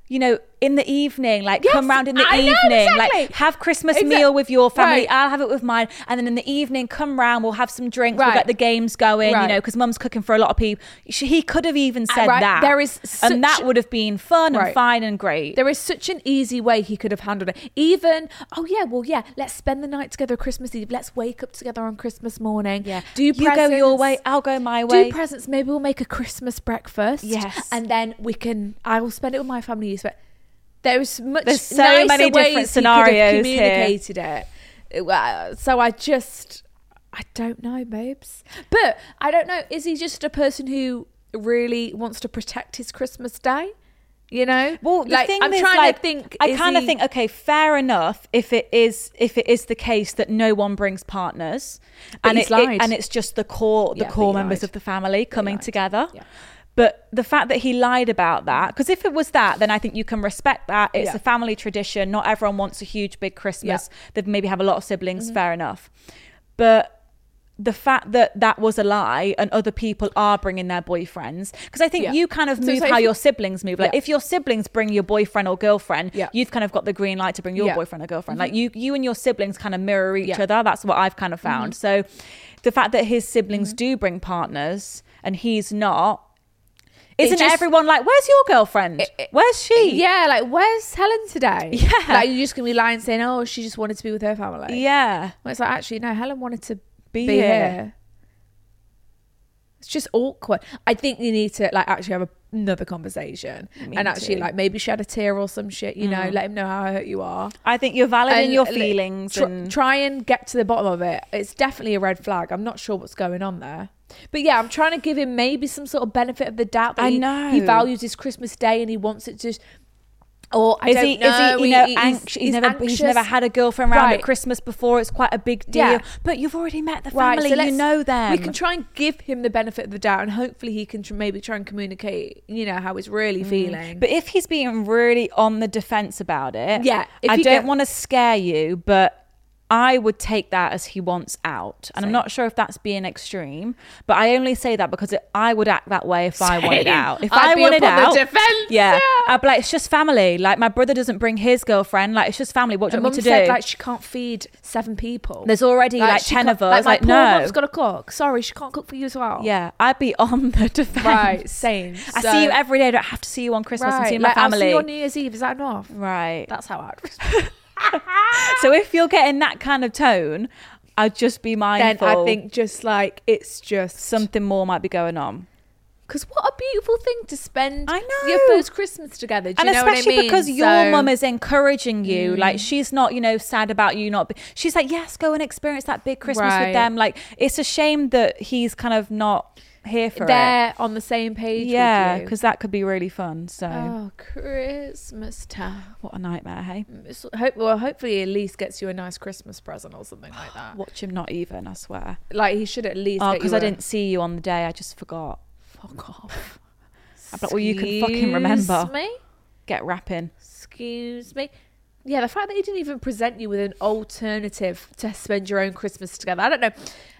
D: you know, in the evening, like
G: Yes,
D: come round in the
G: I know,
D: evening, like
G: exactly.
D: have Christmas
G: Exact-
D: meal with your family.
G: Right.
D: I'll have it with mine, and then in the evening, come round. We'll have some drinks. We'll
G: Right.
D: get the games going, you
G: Right.
D: know, because Mum's cooking for a lot of people. She, he could have even said
C: right,
D: that.
C: there is
D: and that
C: such-
D: would have been fun and
C: Right.
D: fine and great.
C: There is such an easy way he could have handled it. Even, oh yeah, well yeah, let's spend the night together Christmas Eve. Let's wake up together on Christmas morning.
D: Yeah.
C: Do
D: You go your
C: presents.
D: way, I'll go my way.
C: Do presents. Maybe we'll make a Christmas breakfast.
D: Yes.
C: And then we can. I will spend it with my family. You spend. There is much.
D: There's so
C: nicer
D: many different
C: ways He could
D: scenarios
C: have
D: here.
C: communicated it. it. well, So I just, I don't know, babes. But I don't know. Is he just a person who really wants to protect his Christmas day? You know.
D: Well, the thing
C: I'm
D: is,
C: trying
D: like,
C: to think.
D: I
C: is
D: kind of
C: he-
D: think, okay, fair enough. If it is, if it is the case that no one brings partners,
C: But
D: and
C: he's
D: it, it-
C: lied.
D: and it's just the core, the
C: Yeah, but
D: core
C: he
D: members
C: lied.
D: of the family coming
C: lied.
D: together.
C: Yeah.
D: But the fact that he lied about that, because if it was that, then I think you can respect that. It's
C: Yeah.
D: a family tradition. Not everyone wants a huge, big Christmas. They maybe have a lot of siblings.
C: Mm-hmm.
D: Fair enough. But the fact that that was a lie and other people are bringing their boyfriends because i think
C: Yeah.
D: you kind of
C: So
D: move
C: it's like
D: how
C: if-
D: your siblings move like
C: Yeah.
D: if your siblings bring your boyfriend or girlfriend
C: Yeah.
D: you've kind of got the green light to bring your
C: Yeah. Mm-hmm.
D: boyfriend or girlfriend like you you and your siblings kind of mirror each
C: Yeah. Mm-hmm.
D: other that's what i've kind of found so the fact that his siblings do bring partners and he's not
C: It
D: isn't
C: just-
D: everyone like where's your girlfriend where's she
C: Yeah, like where's Helen today?
D: Yeah.
C: like you're just gonna be lying saying, "Oh, she just wanted to be with her family."
D: yeah
C: Well, it's like actually no, Helen wanted to
D: Be
C: be,
D: here.
C: here. It's just awkward. I think you need to like actually have a, another conversation
D: Me
C: and actually
D: too. Mm.
C: like maybe shed a tear or some shit. You know, let him know how hurt you are.
D: i think you're valid in your
C: like,
D: feelings
C: tr-
D: and
C: try and get to the bottom of it. It's definitely a red flag. I'm not sure what's going on there. But yeah, I'm trying to give him maybe some sort of benefit of the doubt that
D: I
C: he,
D: know.
C: he values his Christmas day and he wants it to. Or I
D: is
C: don't
D: he,
C: know.
D: is he, you know, anxious? He's, never, he's never had a girlfriend round at
C: Right.
D: Christmas before. It's quite a big deal.
C: Yeah.
D: But you've already met the
C: Right, so
D: family. you
C: let's-
D: know them.
C: We can try and give him the benefit of the doubt, and hopefully he can tr- maybe try and communicate, you know, how he's really feeling.
D: but if he's being really on the defense about it,
C: Yeah, if
D: I
C: you
D: don't
C: get-
D: want to scare you, but I would take that as he wants out. And I'm
C: Same.
D: not sure if that's being extreme, but I only say that because it, I would act that way if I wanted
C: Same.
D: out. If
C: I'd
D: I
C: be
D: wanted
C: up on the
D: out,
C: defense,
D: Yeah,
C: yeah.
D: I'd be like, it's just family. Like my brother doesn't bring his girlfriend. Like it's just family. What do
C: And
D: you
C: mum
D: want me to
C: said
D: do?
C: like she can't feed seven people.
D: There's already, like,
C: she
D: 10
C: can't-
D: of us, like,
C: my poor
D: no.
C: mum's got to cook. Sorry, she can't cook for you as well.
D: Yeah, I'd be on the defense.
C: Right, same.
D: I
C: So-
D: see you every day. I don't have to see you on Christmas and
C: Right,
D: see my
C: like, I'll see
D: family.
C: you on New Year's Eve. Is that enough?
D: right.
C: That's how I'd. respond.
D: so if you're getting that kind of tone, I'd just be
C: then
D: mindful.
C: I think just like it's just
D: something more might be going on.
C: because what a beautiful thing to spend
D: I know.
C: your first Christmas together. Do
D: and
C: you know
D: especially
C: what I mean?
D: because your
C: So- Mm.
D: mum is encouraging you like she's not you know sad about you not be- she's like yes go and experience that big christmas with
C: Right.
D: them like it's a shame that he's kind of not here for it
C: there on the same page. with
D: yeah
C: you.
D: because that could be really fun so
C: Oh, Christmas time.
D: what a nightmare hey
C: It's- Hope, well, hopefully, at least gets you a nice Christmas present or something like that.
D: watch him not even i swear
C: Like he should at least.
D: Oh,
C: get
D: because
C: you
D: I
C: a-
D: didn't see you on the day. I just forgot.
C: Fuck off.
D: I'm like, well, you can fucking remember.
C: Excuse me.
D: Get rapping.
C: Excuse me. Yeah, the fact that he didn't even present you with an alternative to spend your own Christmas together. I don't know.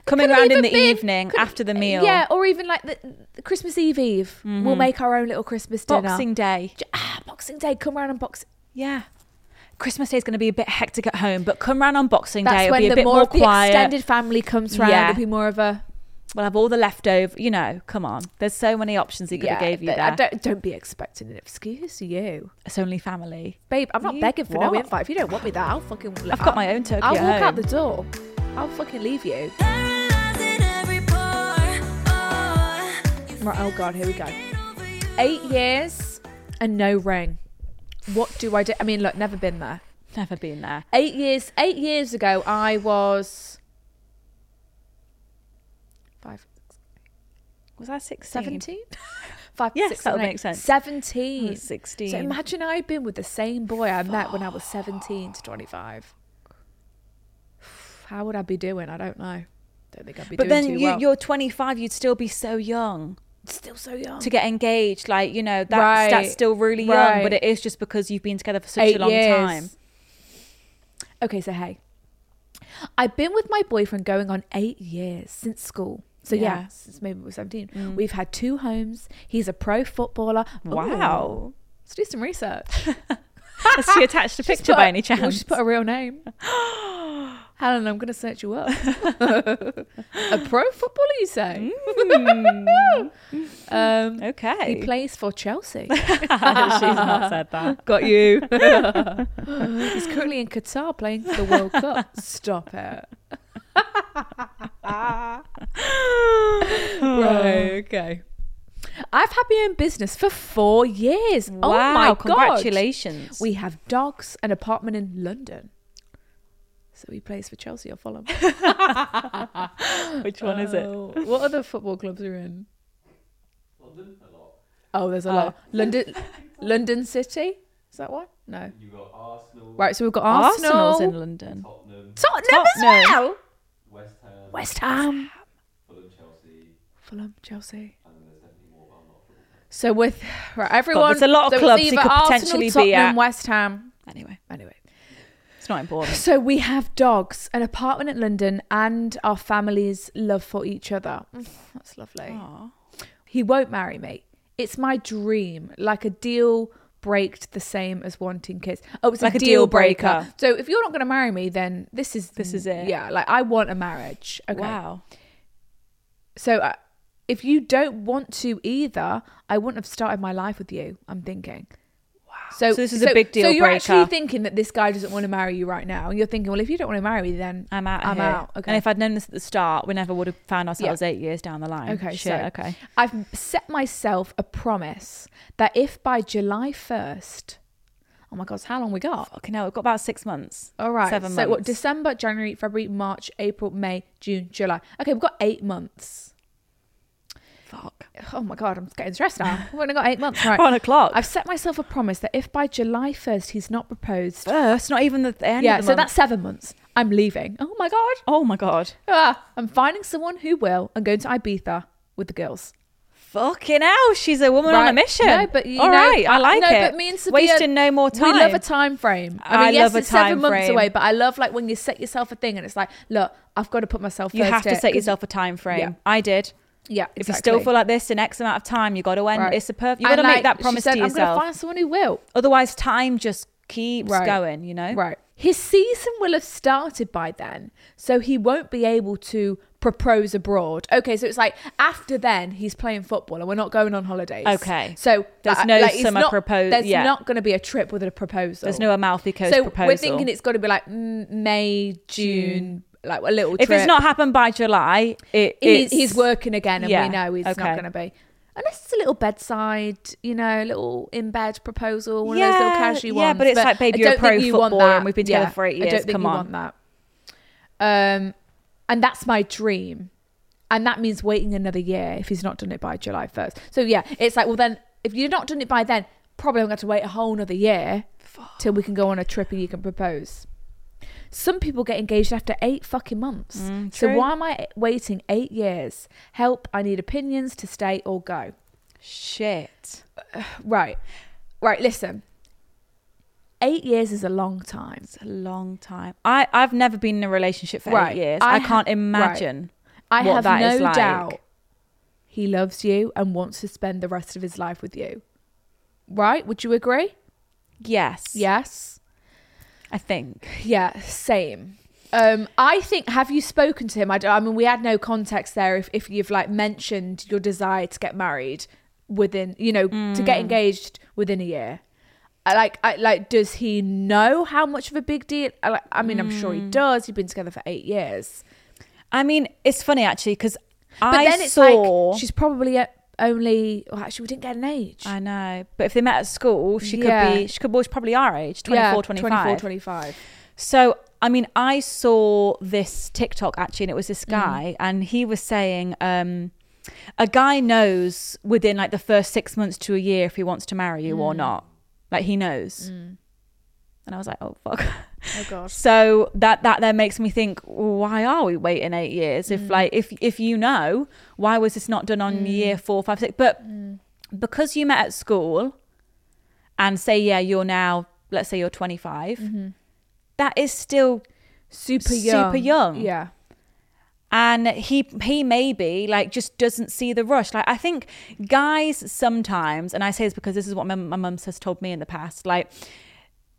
D: Coming
C: Could've
D: round in
C: even
D: the
C: been-
D: evening
C: could've-
D: after the meal.
C: Yeah, or even like the, the Christmas Eve Eve. We'll make our own little Christmas dinner.
D: Boxing Day.
C: J- Ah, Boxing Day. Come round and box.
D: Yeah. Christmas Day is going to be a bit hectic at home, but come round on Boxing Day.
C: That's
D: It'll
C: when
D: be a
C: the
D: bit
C: more,
D: more
C: of the
D: quiet.
C: extended family comes round.
D: Yeah.
C: It'll be more of a
D: We'll have all the leftover. You know, come on. There's so many options he could have gave you
C: but
D: there.
C: I don't, don't be expecting an excuse, you.
D: It's only family.
C: Babe, I'm not
D: You
C: begging for no
D: what?
C: invite. If you don't want me there, I'll fucking.
D: I've got my own turkey
C: I'll
D: at
C: walk out
D: home.
C: the door. I'll fucking leave you. Right, oh god, here we go. Eight years and no ring. What do I do? I mean, look, never been there.
D: Never been there.
C: Eight years, eight years ago, I was five,
D: Was I 16?
C: 17? Five,
D: Yes,
C: six,
D: that would
C: seven,
D: make
C: eight.
D: sense.
C: 17.
D: I was 16.
C: So imagine I'd been with the same boy I met when I was 17 to 25. How would I be doing? I don't know. Don't think I'd be
D: But
C: doing
D: then
C: too
D: you,
C: well.
D: you're 25. You'd still be so young.
C: still so young.
D: to get engaged. Like you know, that's
C: Right.
D: that's still really young,
C: Right.
D: but it is just because you've been together for such a long time.
C: Okay, so hey. I've been with my boyfriend going on eight years since school. So yeah,
D: Yeah. Mm.
C: since maybe we were 17. We've had two homes. He's a pro footballer. Ooh.
D: Wow.
C: Let's do some research.
D: Has she attached a
C: She's
D: picture
C: put
D: by
C: a-
D: any
C: Well,
D: chance?
C: she's put a real name. Helen, I'm going to search you up. a pro footballer, you say? um,
D: Mm. okay.
C: He plays for Chelsea.
D: She's not said that.
C: Got you. He's currently in Qatar playing for the World Cup. Stop it. right, okay. I've had my own business for four years. oh
D: Wow,
C: my God.
D: congratulations.
C: We have dogs, an apartment in London. So he plays for Chelsea or Fulham.
D: Which one is it?
C: Oh, what other football clubs are in? London, a lot. Oh,
D: Ah.
C: there's a lot. London, London City. Is that one? No. You got Arsenal. Right, so we've got Arsenal.
D: Arsenal's in London.
C: Tottenham, as
D: Tottenham.
C: well. West Ham. Fulham, Chelsea. So with right, everyone,
D: there's a lot of
C: so it's
D: clubs you
C: either
D: could
C: Arsenal,
D: potentially be
C: Tottenham,
D: at.
C: West Ham.
D: Anyway,
C: Anyway,
D: it's not important.
C: so we have dogs, an apartment in London, and our families' love for each other. Mm, That's lovely. He won't marry me. It's my dream. Like a deal breaked the same as wanting kids. Oh, it's
D: Like
C: a deal breaker. So if you're not going to marry me, then this is
D: This is it.
C: Yeah, like I want a marriage. Okay.
D: Wow.
C: So uh, if you don't want to either, I wouldn't have started my life with you. I'm thinking. Wow.
D: So this is a big deal
C: So you're actually
D: breaker.
C: thinking that this guy doesn't want to marry you right now, and you're thinking, well, if you don't want to marry me, then
D: I'm out.
C: I'm
D: here.
C: out. Okay.
D: And if I'd known this at the start, we never would have found ourselves eight years down the line.
C: Okay,
D: Shit.
C: so
D: okay.
C: I've set myself a promise that if by July 1st, oh my gosh, how long we got?
D: Okay. Now we've got about six months.
C: All right.
D: Seven
C: so
D: months.
C: what? December, January, February, March, April, May, June, July. Okay, we've got eight months.
D: Fuck.
C: Oh my god, I'm getting stressed now. We've only got eight months, right?
D: We're on a clock.
C: I've set myself a promise that if by July 1st he's not proposed,
D: First, not even the end.
C: yeah,
D: Of the
C: so
D: month.
C: that's seven months. I'm leaving. Oh my god.
D: Oh my god.
C: Ah, I'm finding someone who will. I'm going to Ibiza with the girls.
D: Fucking hell, she's a woman on a
C: Right.
D: mission.
C: No, but you
D: All
C: know, uh,
D: right, I like
C: no,
D: it.
C: But me and Sophia,
D: wasting no more time.
C: We love a time frame. I
D: I
C: mean, yes,
D: love a
C: it's seven
D: time
C: months
D: frame.
C: away, but I love like when you set yourself a thing and it's like, look, I've got to put myself.
D: You
C: first
D: have to
C: here,
D: set
C: 'cause-
D: yourself a time frame.
C: Yeah.
D: I did.
C: Yeah, exactly.
D: If you still feel like this in X amount of time, you got to end.
C: Right.
D: It's a perfect. You got
C: And,
D: to make
C: like,
D: that
C: she
D: promise
C: said,
D: to
C: I'm going
D: yourself.
C: to find someone who will.
D: Otherwise, time just keeps
C: Right.
D: going. You know.
C: Right. His season will have started by then, so he won't be able to propose abroad. Okay, so it's like after then he's playing football and we're not going on holidays.
D: Okay.
C: So
D: There's
C: uh,
D: no
C: he's
D: summer
C: not-
D: propos-
C: There's
D: yeah.
C: not going to be a trip with a proposal.
D: There's no Amalfi Coast
C: so
D: proposal.
C: we're thinking it's got to be like mm, May, June, like a little.
D: if
C: trip.
D: it's not happened by July, it
C: he's,
D: it's-
C: he's working again, and
D: Yeah,
C: we know he's
D: okay.
C: not going to be. Unless it's a little bedside, you know, little in bed proposal, one of those little
D: Yeah,
C: casual
D: yeah,
C: ones.
D: but it's like, babe,
C: I
D: you're a
C: don't think
D: pro
C: you want
D: footballer
C: that.
D: and we've been together for eight
C: I
D: years,
C: don't think
D: come
C: you
D: on.
C: want that. Um, and that's my dream, and that means waiting another year if he's not done it by July first. So yeah, it's like, well, then if you're not done it by then, probably I'm going to have to wait a whole another year till we can go on a trip and you can propose. Some people get engaged after eight fucking months. so
D: Mm, true.
C: why am I waiting eight years? Help, I need opinions to stay or go.
D: shit.
C: Right. Right, listen. Eight years is a long time.
D: It's a long time. I I've never been in a relationship for
C: Right.
D: eight years.
C: I
D: I,
C: ha-
D: can't
C: right.
D: imagine.
C: I
D: what
C: have
D: that is
C: no
D: like.
C: doubt he loves you and wants to spend the rest of his life with you. Right? Would you agree?
D: Yes.
C: Yes.
D: I think.
C: Yeah, same. Um, I think have you spoken to him? I, d- I mean, we had no context there. If if you've like mentioned your desire to get married within, you know, to
D: Mm.
C: get engaged within a year, I, like I, like does he know how much of a big deal? I, like, I mean, I'm sure
D: Mm.
C: he does. You've been together for eight years,
D: I mean, it's funny actually because
C: but
D: I
C: then it's
D: saw.
C: like she's probably uh, only. Well, actually, we didn't get an age.
D: I know, but if they met at school, she
C: Yeah.
D: could be. She could. Well, she's probably our age, 24,
C: Yeah,
D: 25.
C: 24, 25.
D: So, I mean, I saw this TikTok actually, and it was this
C: Mm-hmm.
D: guy, and he was saying, um, a guy knows within like the first six months to a year if he wants to marry you or not. Like he knows. And I was like, oh fuck.
C: Oh god.
D: So that that then makes me think, well, why are we waiting eight years? If like if if you know, why was this not done on year four, five, six? But because you met at school, and say yeah, you're now let's say you're 25, that is still
C: Super young.
D: Super young.
C: Yeah.
D: and he he maybe like just doesn't see the rush like i think guys sometimes and i say this because this is what my, my mum has told me in the past like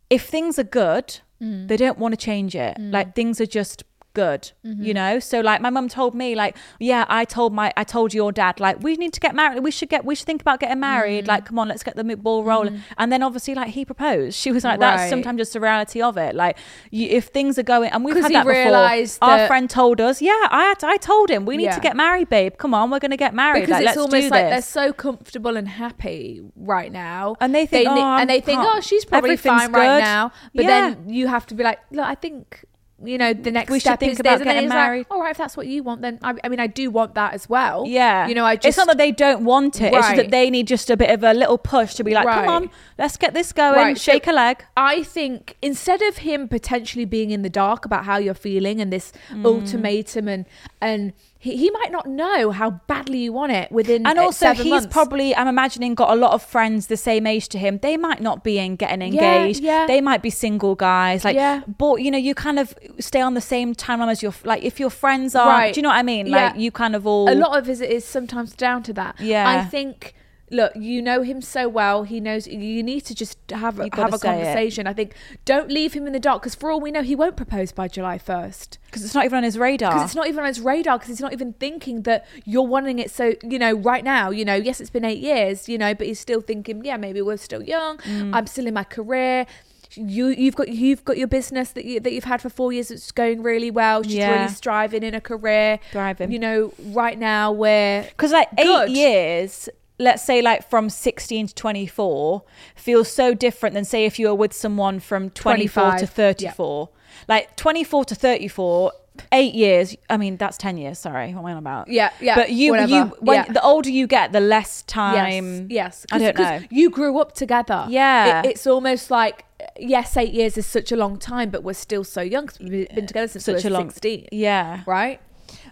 D: if things are good,
H: Mm.
D: they don't want to change it.
C: Mm.
D: Like things are just good,
C: Mm-hmm.
D: you know? So like my mum told me like, yeah, I told my I told your dad like we need to get married. We should get we should think about getting married.
C: Mm.
D: Like come on, let's get the mo- ball rolling. And then obviously like he proposed. She was like that's
C: Mm-hmm. Right.
D: sometimes just the reality of it. Like you, if things are going and we've
C: 'Cause
D: had
C: he
D: that
C: realised
D: before. Our
C: that-
D: friend told us, yeah, I had I told him we need
C: Yeah.
D: to get married, babe. Come on, we're going to get married.
C: because
D: like,
C: it's
D: let's do
C: almost like
D: this."
C: they're so comfortable and happy right now,
D: And they think,
C: ne-
D: "Oh, I'm
C: and they think,
D: calm.
C: oh, she's probably
D: Everything's
C: fine right
D: good."
C: now. But
D: Yeah.
C: then you have to be like, look, I think you know the next
D: We should
C: step
D: think
C: is
D: about
C: this, and then
D: getting
C: it's
D: married.
C: Like, All right, if that's what you want, then I, I mean, I do want that as well.
D: Yeah.
C: you know, I just
D: It's not that they don't want it, it's just
C: Right.
D: that they need just a bit of a little push to be like,
C: Right.
D: come on, let's get this going,
C: Right, Mm, so-
D: shake a leg.
C: I think instead of him potentially being in the dark about how you're feeling and this
D: Mm.
C: ultimatum and and he, he might not know how badly you want it within
D: And
C: uh,
D: also,
C: seven
D: he's
C: months.
D: probably, I'm imagining, got a lot of friends the same age to him. They might not be in getting
C: Yeah,
D: engaged.
C: yeah.
D: They might be single guys. Like,
C: Yeah.
D: but you know, you kind of stay on the same timeline as your, like, if your friends are,
C: Right.
D: do you know what I mean?
C: Yeah.
D: Like, you kind of all.
C: a lot of it is sometimes down to that.
D: Yeah.
C: I think. Look, you know him so well. He knows you need to just have a,
D: You gotta
C: have a
D: say it.
C: conversation. I think don't leave him in the dark because for all we know, he won't propose by July first.
D: Because it's not even on his radar.
C: because it's not even on his radar because he's not even thinking that you're wanting it so you know right now you know yes it's been eight years you know but he's still thinking yeah maybe we're still young
D: Mm.
C: i'm still in my career you you've got you've got your business that you that you've had for four years it's going really well she's
D: Yeah.
C: really striving in a career
D: Thriving.
C: you know right now where
D: Because like eight
C: Good.
D: years, let's say like from 16 to 24, feels so different than say if you were with someone from 24 to
C: 25,
D: 34. Like 24 to 34, eight years. I mean, that's 10 years. Sorry, what am I on about?
C: Yeah, yeah,
D: But you,
C: whatever,
D: you, when
C: yeah.
D: the older you get, the less time.
C: Yes, yes.
D: I
C: 'Cause-
D: don't
C: 'cause
D: know.
C: You grew up together.
D: Yeah.
C: It- it's almost like yes, eight years is such a long time, but we're still so young. 'cause we've been together since
D: Such
C: we
D: a
C: were
D: long-
C: sixteen.
D: Yeah.
C: Right.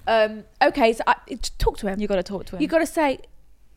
C: Um, okay, so I, it- talk to him.
D: You got to talk to him.
C: You got to say,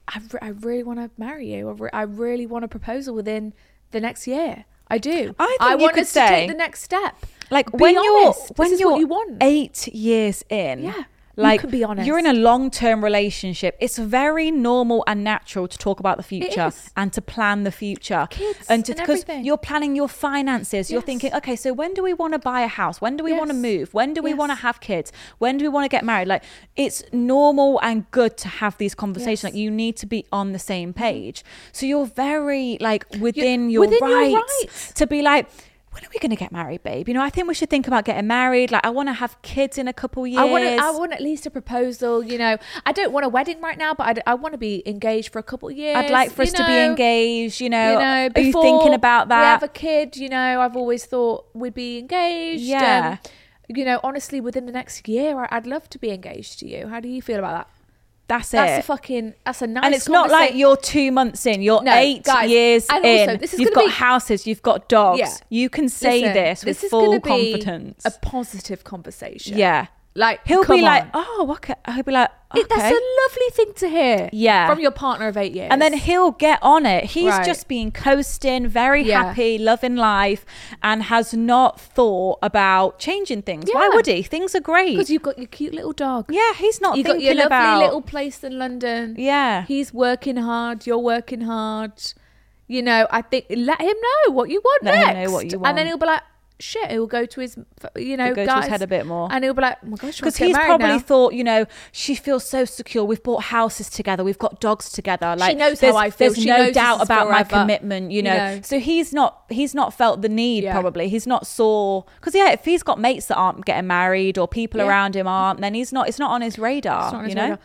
C: I, re- I really want to marry you. I, re- I really want a proposal within the next year. I do.
D: I think
C: I
D: you
C: want
D: could
C: us to
D: say-
C: take the next step.
D: like
C: Be
D: when
C: honest.
D: you're
C: This
D: when
C: is
D: you're
C: what you want.
D: eight years in
C: Yeah, you
D: like
C: can be honest.
D: you're in a long-term relationship it's very normal and natural to talk about the future
C: is.
D: and to plan the future
C: Kids
D: and to
C: and
D: because
C: everything.
D: you're planning your finances you're
C: Yes.
D: thinking okay so when do we want to buy a house when do we want to
C: Yes.
D: move when do we want to
C: Yes.
D: have kids when do we want to get married like it's normal and good to have these conversations
C: Yes. Mm-hmm.
D: like you need to be on the same page so you're very like within,
C: Within
D: your,
C: your
D: rights
C: rights.
D: to be like, when are we going to get married, babe? You know, I think we should think about getting married. Like, I want to have kids in a couple years.
C: I want, to, I want at least a proposal. You know, I don't want a wedding right now, but I'd, I want to be engaged for a couple of years.
D: I'd like for
C: you
D: us to be
C: know.
D: engaged. You know,
C: you know,
D: Oh, are you
C: before
D: thinking about
C: We
D: that?
C: have a kid, you know, I've always thought we'd be engaged.
D: Yeah.
C: Um, you know, honestly, within the next year, I- I'd love to be engaged to you. How do you feel about that?
D: that's it.
C: That's a fucking. That's a nice.
D: and it's not like
C: conversa-
D: you're two months in. You're
C: No,
D: eight
C: guys,
D: years
C: and
D: in.
C: also, this is
D: you've
C: gonna
D: got
C: be-
D: houses. You've got dogs.
C: Yeah.
D: You can say
C: Listen,
D: this with
C: is
D: full
C: gonna be
D: confidence.
C: A positive conversation.
D: yeah,
C: Like
D: he'll
C: come
D: be like,
C: on.
D: oh, okay. He'll be like, okay.
C: It- That's a lovely thing to hear.
D: Yeah.
C: From your partner of eight years.
D: And then he'll get on it. He's
C: Right.
D: just been coasting, very
C: Yeah.
D: happy, loving life, and has not thought about changing things. Why
C: Yeah.
D: would he? Things are great.
C: because you've got your cute little dog.
D: yeah, he's not
C: you got
D: thinking
C: your lovely
D: about.
C: little place in London.
D: Yeah.
C: he's working hard. You're working hard. You know, I think let him know what you want
D: Let him
C: next,
D: know what you
C: and then
D: want.
C: he'll be like, "Shit," he'll go to his, you know,
D: He'll go to his
C: guys,
D: head a bit more.
C: and he'll be like, "Oh my gosh,"
D: because he's probably
C: probably now.
D: thought, you know, she feels so secure. We've bought houses together. We've got dogs together. Like
C: knows how
D: there's,
C: I feel.
D: There's
C: She knows
D: no
C: this
D: doubt
C: is
D: about my
C: forever,
D: commitment. You
C: you
D: know?
C: know.
D: so he's not he's not felt the need.
C: Yeah.
D: Probably he's not saw because yeah, if he's got mates that aren't getting married or people
C: Yeah.
D: around him aren't, then he's not. It's not on his radar.
C: It's not on his
D: you know,
C: radar.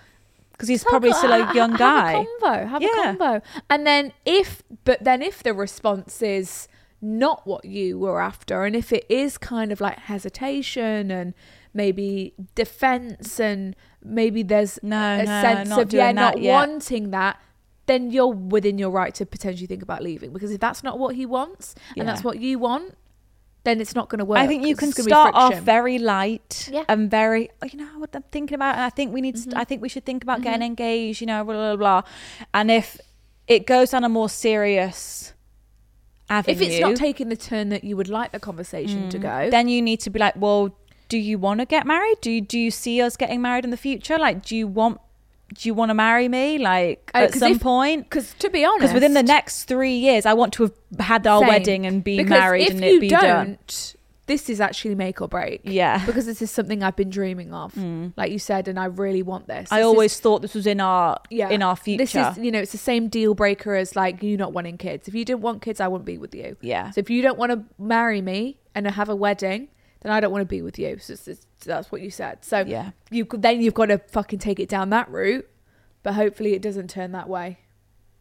D: because he's
C: Have
D: probably
C: a-
D: still
C: ha-
D: a young guy.
C: Have a convo. Have
D: Yeah.
C: a convo. And then if, but then if the response is not what you were after, and if it is kind of like hesitation and maybe defense, and maybe there's
D: No,
C: a
D: no,
C: sense
D: not
C: of
D: doing
C: yeah,
D: that
C: not
D: yet.
C: wanting that. Then you're within your right to potentially think about leaving because if that's not what he wants and that's
D: Yeah.
C: what you want, then it's not going to work.
D: I think you
C: It's
D: can
C: gonna be
D: start off
C: friction.
D: very light
C: Yeah. Mm-hmm.
D: and very, oh, you know, what I'm thinking about, and I think we need, to, I think we should think about getting engaged, you know, blah, blah, blah. And if it goes on a more serious avenue,
C: if it's not taking the turn that you would like the conversation
D: Mm.
C: to go,
D: then you need to be like, well, do you want to get married? Do you, do you see us getting married in the future? Like, do you want do you want to marry me? Like
C: Uh,
D: at
C: 'cause
D: some
C: if-
D: point?
C: Because to be honest,
D: Because within the next three years, I want to have had our
C: Same.
D: wedding and be
C: Because
D: married
C: if
D: and
C: you
D: it be done.
C: don't, This is actually make or break.
D: Yeah. Mm.
C: Because this is something I've been dreaming of, like you said, and I really want this.
D: I
C: This is-
D: always thought this was in our
C: yeah,
D: in our
C: This
D: future.
C: is, you know, it's the same deal breaker as like you not wanting kids. If you didn't want kids, I wouldn't be with you.
D: Yeah.
C: So if you don't want to marry me and have a wedding, then I don't want to be with you. So it's, it's, that's what you said. So
D: Yeah.
C: you then you've got to fucking take it down that route, but hopefully it doesn't turn that way.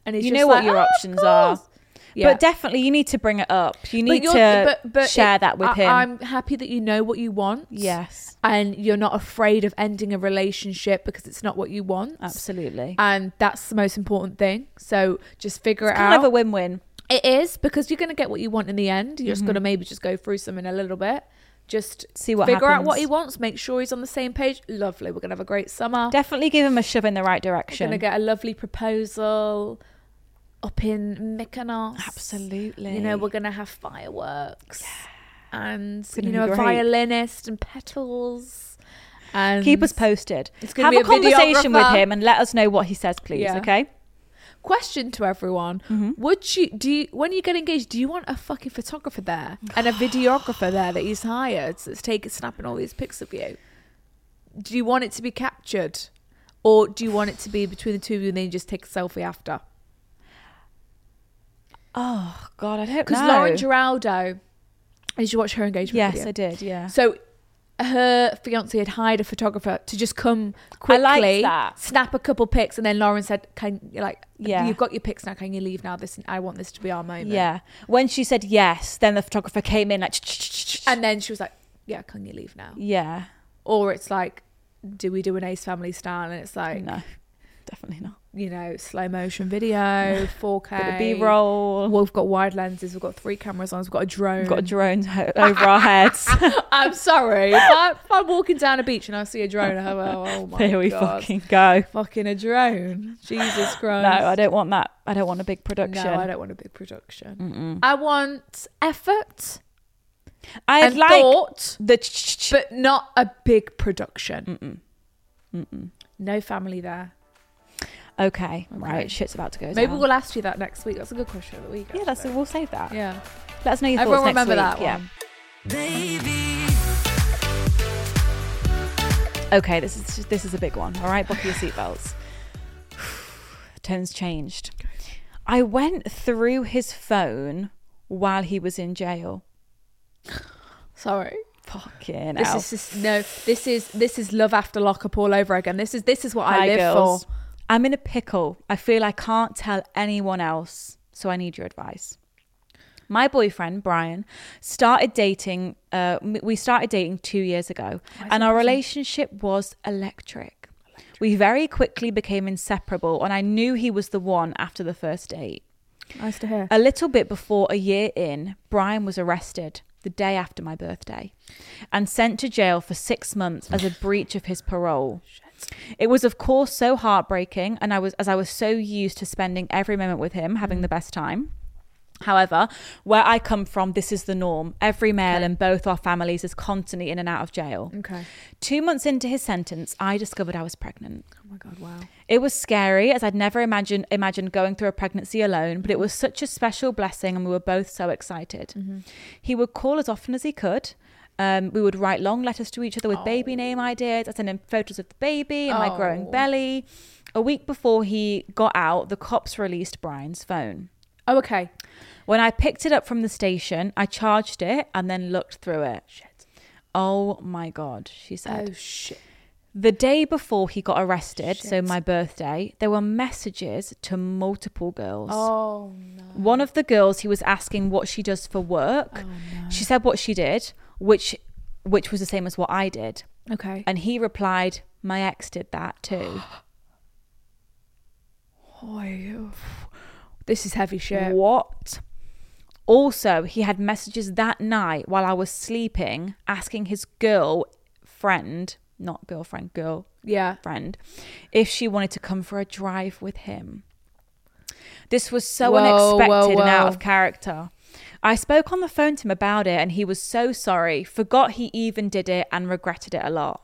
C: And it's
D: you
C: just
D: know what
C: like,
D: your
C: "Oh, of
D: options are.
C: course." Yeah.
D: But definitely, you need to bring it up. You need
C: you're-
D: to share
C: it-
D: that with
C: I,
D: him.
C: I'm happy that you know what you want.
D: yes,
C: And you're not afraid of ending a relationship because it's not what you want.
D: absolutely.
C: And that's the most important thing. So just figure
D: it's
C: it out.
D: kind of a win-win.
C: It is because you're going to get what you want in the end. You're just going to maybe just go through some in a little bit. Just
D: Mm-hmm. See what
C: figure out what
D: happens.
C: he wants. Make sure he's on the same page. Lovely. We're going to have a great summer.
D: Definitely give him a shove in the right
C: We're
D: direction.
C: going to get a lovely proposal up in Mykonos.
D: Absolutely.
C: You know, we're going to have fireworks and,
D: gonna
C: you
D: be
C: know, a
D: great.
C: violinist and petals. And
D: Keep us posted.
C: It's gonna
D: Have
C: be
D: a,
C: a
D: conversation with
C: videographer.
D: him and let us know what he says, please.
C: Yeah.
D: Okay.
C: question to everyone
D: Mm-hmm.
C: would you do you, when you get engaged do you want a fucking photographer there and a videographer there that he's hired that's taking snapping all these pics of you do you want it to be captured or do you want it to be between the two of you and then you just take a selfie after
D: Oh God, I don't
C: because
D: know.
C: lauren geraldo did you watch her engagement
D: yes,
C: video?
D: I did. Yeah.
C: so her fiance had hired a photographer to just come quickly
D: liked that.
C: snap a couple pics and then lauren said can you like
D: Yeah.
C: you've got your pics now can you leave now this i want this to be our moment
D: yeah. When she said yes, then the photographer came in like. ch-ch-ch-ch-ch.
C: And then she was like, "Yeah, can you leave now?"
D: yeah.
C: Or it's like, "Do we do an Ace Family style?" And it's like,
D: No, definitely not.
C: you know, slow motion video, 4K,
D: B roll.
C: Well, we've got wide lenses. We've got three cameras on. We've got a drone.
D: We've got a drone ho- over our heads.
C: I'm sorry. If, I, if I'm walking down a beach and I see a drone, I go, "Oh my
D: there we
C: god,
D: fucking go.
C: Fucking a drone!" Jesus Christ.
D: No, I don't want that. I don't want a big
C: No,
D: production.
C: I don't want a big production. I want effort
D: I'd
C: and
D: like
C: thought,
D: the ch- ch-
C: but not a big production. No family there.
D: okay,
C: Okay.
D: right, shit's about to go
C: Maybe
D: down.
C: we'll ask you that next week. That's a good question of the week.
D: yeah, that's
C: actually.
D: we'll save that.
C: yeah.
D: Let us know your
C: Everyone
D: thoughts next
C: remember that
D: week. Yeah.
C: one.
D: Okay, this is this is a big one. All right, buckle your seatbelts. Tone's changed. I went through his phone while he was in jail.
C: Sorry.
D: Fucking
C: This
D: hell.
C: is just, no. This is this is love after lockup all over again. This is this is what I
D: Hi,
C: live
D: girls.
C: for.
D: I'm in a pickle. I feel I can't tell anyone else, so I need your advice. My boyfriend Brian started dating. Uh, m- we started dating two years ago, and our relationship was electric. We very quickly became inseparable, and I knew he was the one after the first date.
C: Nice to hear.
D: A little bit before a year in, Brian was arrested the day after my birthday and sent to jail for six months as a breach of his parole. It was, of course, so heartbreaking, and I was, as I was so used to spending every moment with him, having the best time. However, where I come from, this is the norm. Every male in both our families is constantly in and out of jail.
C: Okay.
D: Two months into his sentence, I discovered I was pregnant.
C: Oh my god. Wow.
D: It was scary as I'd never imagined imagined going through a pregnancy alone, but it was such a special blessing and we were both so excited. He would call as often as he could. Um, we would write long letters to each other with baby name ideas. I sent him photos of the baby and my growing
C: Oh.
D: belly. A week before he got out, the cops released Brian's phone.
C: Oh okay.
D: When I picked it up from the station, I charged it and then looked through it. Shit. Oh my God, she said.
C: Oh shit.
D: The day before he got arrested, so my birthday, there were messages to multiple girls.
C: Oh no.
D: One of the girls he was asking what she does for work.
C: Oh,
D: She said what she did, which which was the same as what I did.
C: Okay.
D: And he replied, "My ex did that too."
C: Oh, this is heavy shit.
D: What? Also, he had messages that night while I was sleeping asking his girl friend, not girlfriend, girl
C: Yeah.
D: friend if she wanted to come for a drive with him. This was so
C: Whoa,
D: unexpected
C: whoa,
D: and out
C: whoa.
D: of character. I spoke on the phone to him about it and he was so sorry, forgot he even did it, and regretted it a lot.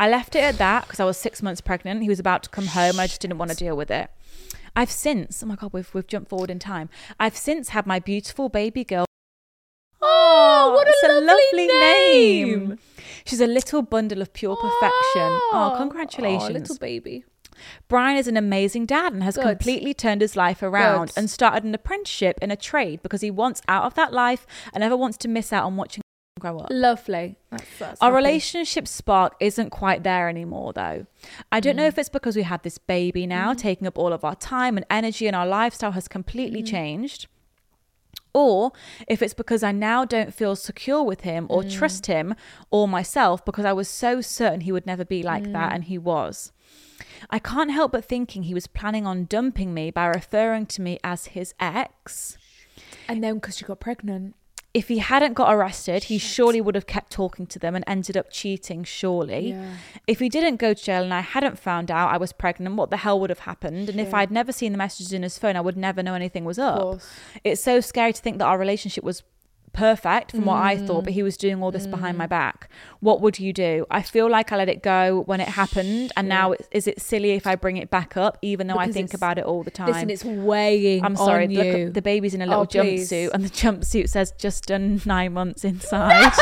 D: I left it at that because I was six months pregnant. He was about to come home. I just didn't want to deal with it. I've since, oh my God, we've, we've jumped forward in time. I've since had my beautiful baby girl.
C: Oh, what a
D: it's
C: lovely name.
D: She's a little bundle of pure perfection. Oh, congratulations.
C: Oh, little baby.
D: Brian is an amazing dad and has
C: Good.
D: completely turned his life around
C: Good.
D: and started an apprenticeship in a trade because he wants out of that life and never wants to miss out on watching grow up.
C: Lovely. That's, that's
D: Our
C: lovely.
D: relationship spark isn't quite there anymore, though. I don't know if it's because we had this baby now, taking up all of our time and energy, and our lifestyle has completely changed, or if it's because I now don't feel secure with him or trust him or myself because I was so certain he would never be like that, and he was. I can't help but thinking he was planning on dumping me by referring to me as his ex.
C: And then because she got pregnant.
D: If he hadn't got arrested, he surely would have kept talking to them and ended up cheating, surely.
C: Yeah.
D: If he didn't go to jail and I hadn't found out I was pregnant, what the hell would have happened? And if I'd never seen the messages in his phone, I would never know anything was up.
C: course.
D: It's so scary to think that our relationship was perfect from what I
C: Mm.
D: thought, but he was doing all this behind my back. What would you do? I feel like I let it go when it happened, and now it, is it silly if I bring it back up, even though I
C: Because
D: think
C: it's-
D: about it all the time?
C: Listen, it's weighing.
D: I'm sorry.
C: on
D: look,
C: you.
D: the baby's in a little
C: Oh, please.
D: jumpsuit, and the jumpsuit says just done nine months inside.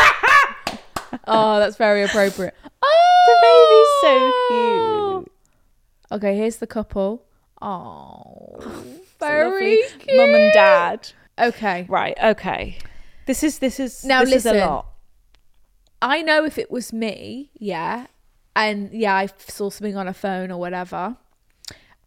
C: oh, that's very appropriate. Oh,
D: the baby's so cute.
C: Okay, here's the couple. Oh,
D: Lovely
C: very cute.
D: Mum and dad.
C: Okay,
D: Right. Okay. This is this is
C: Now
D: this is a
C: listen.
D: lot.
C: I know if it was me, yeah, and yeah, I f- saw something on a phone or whatever.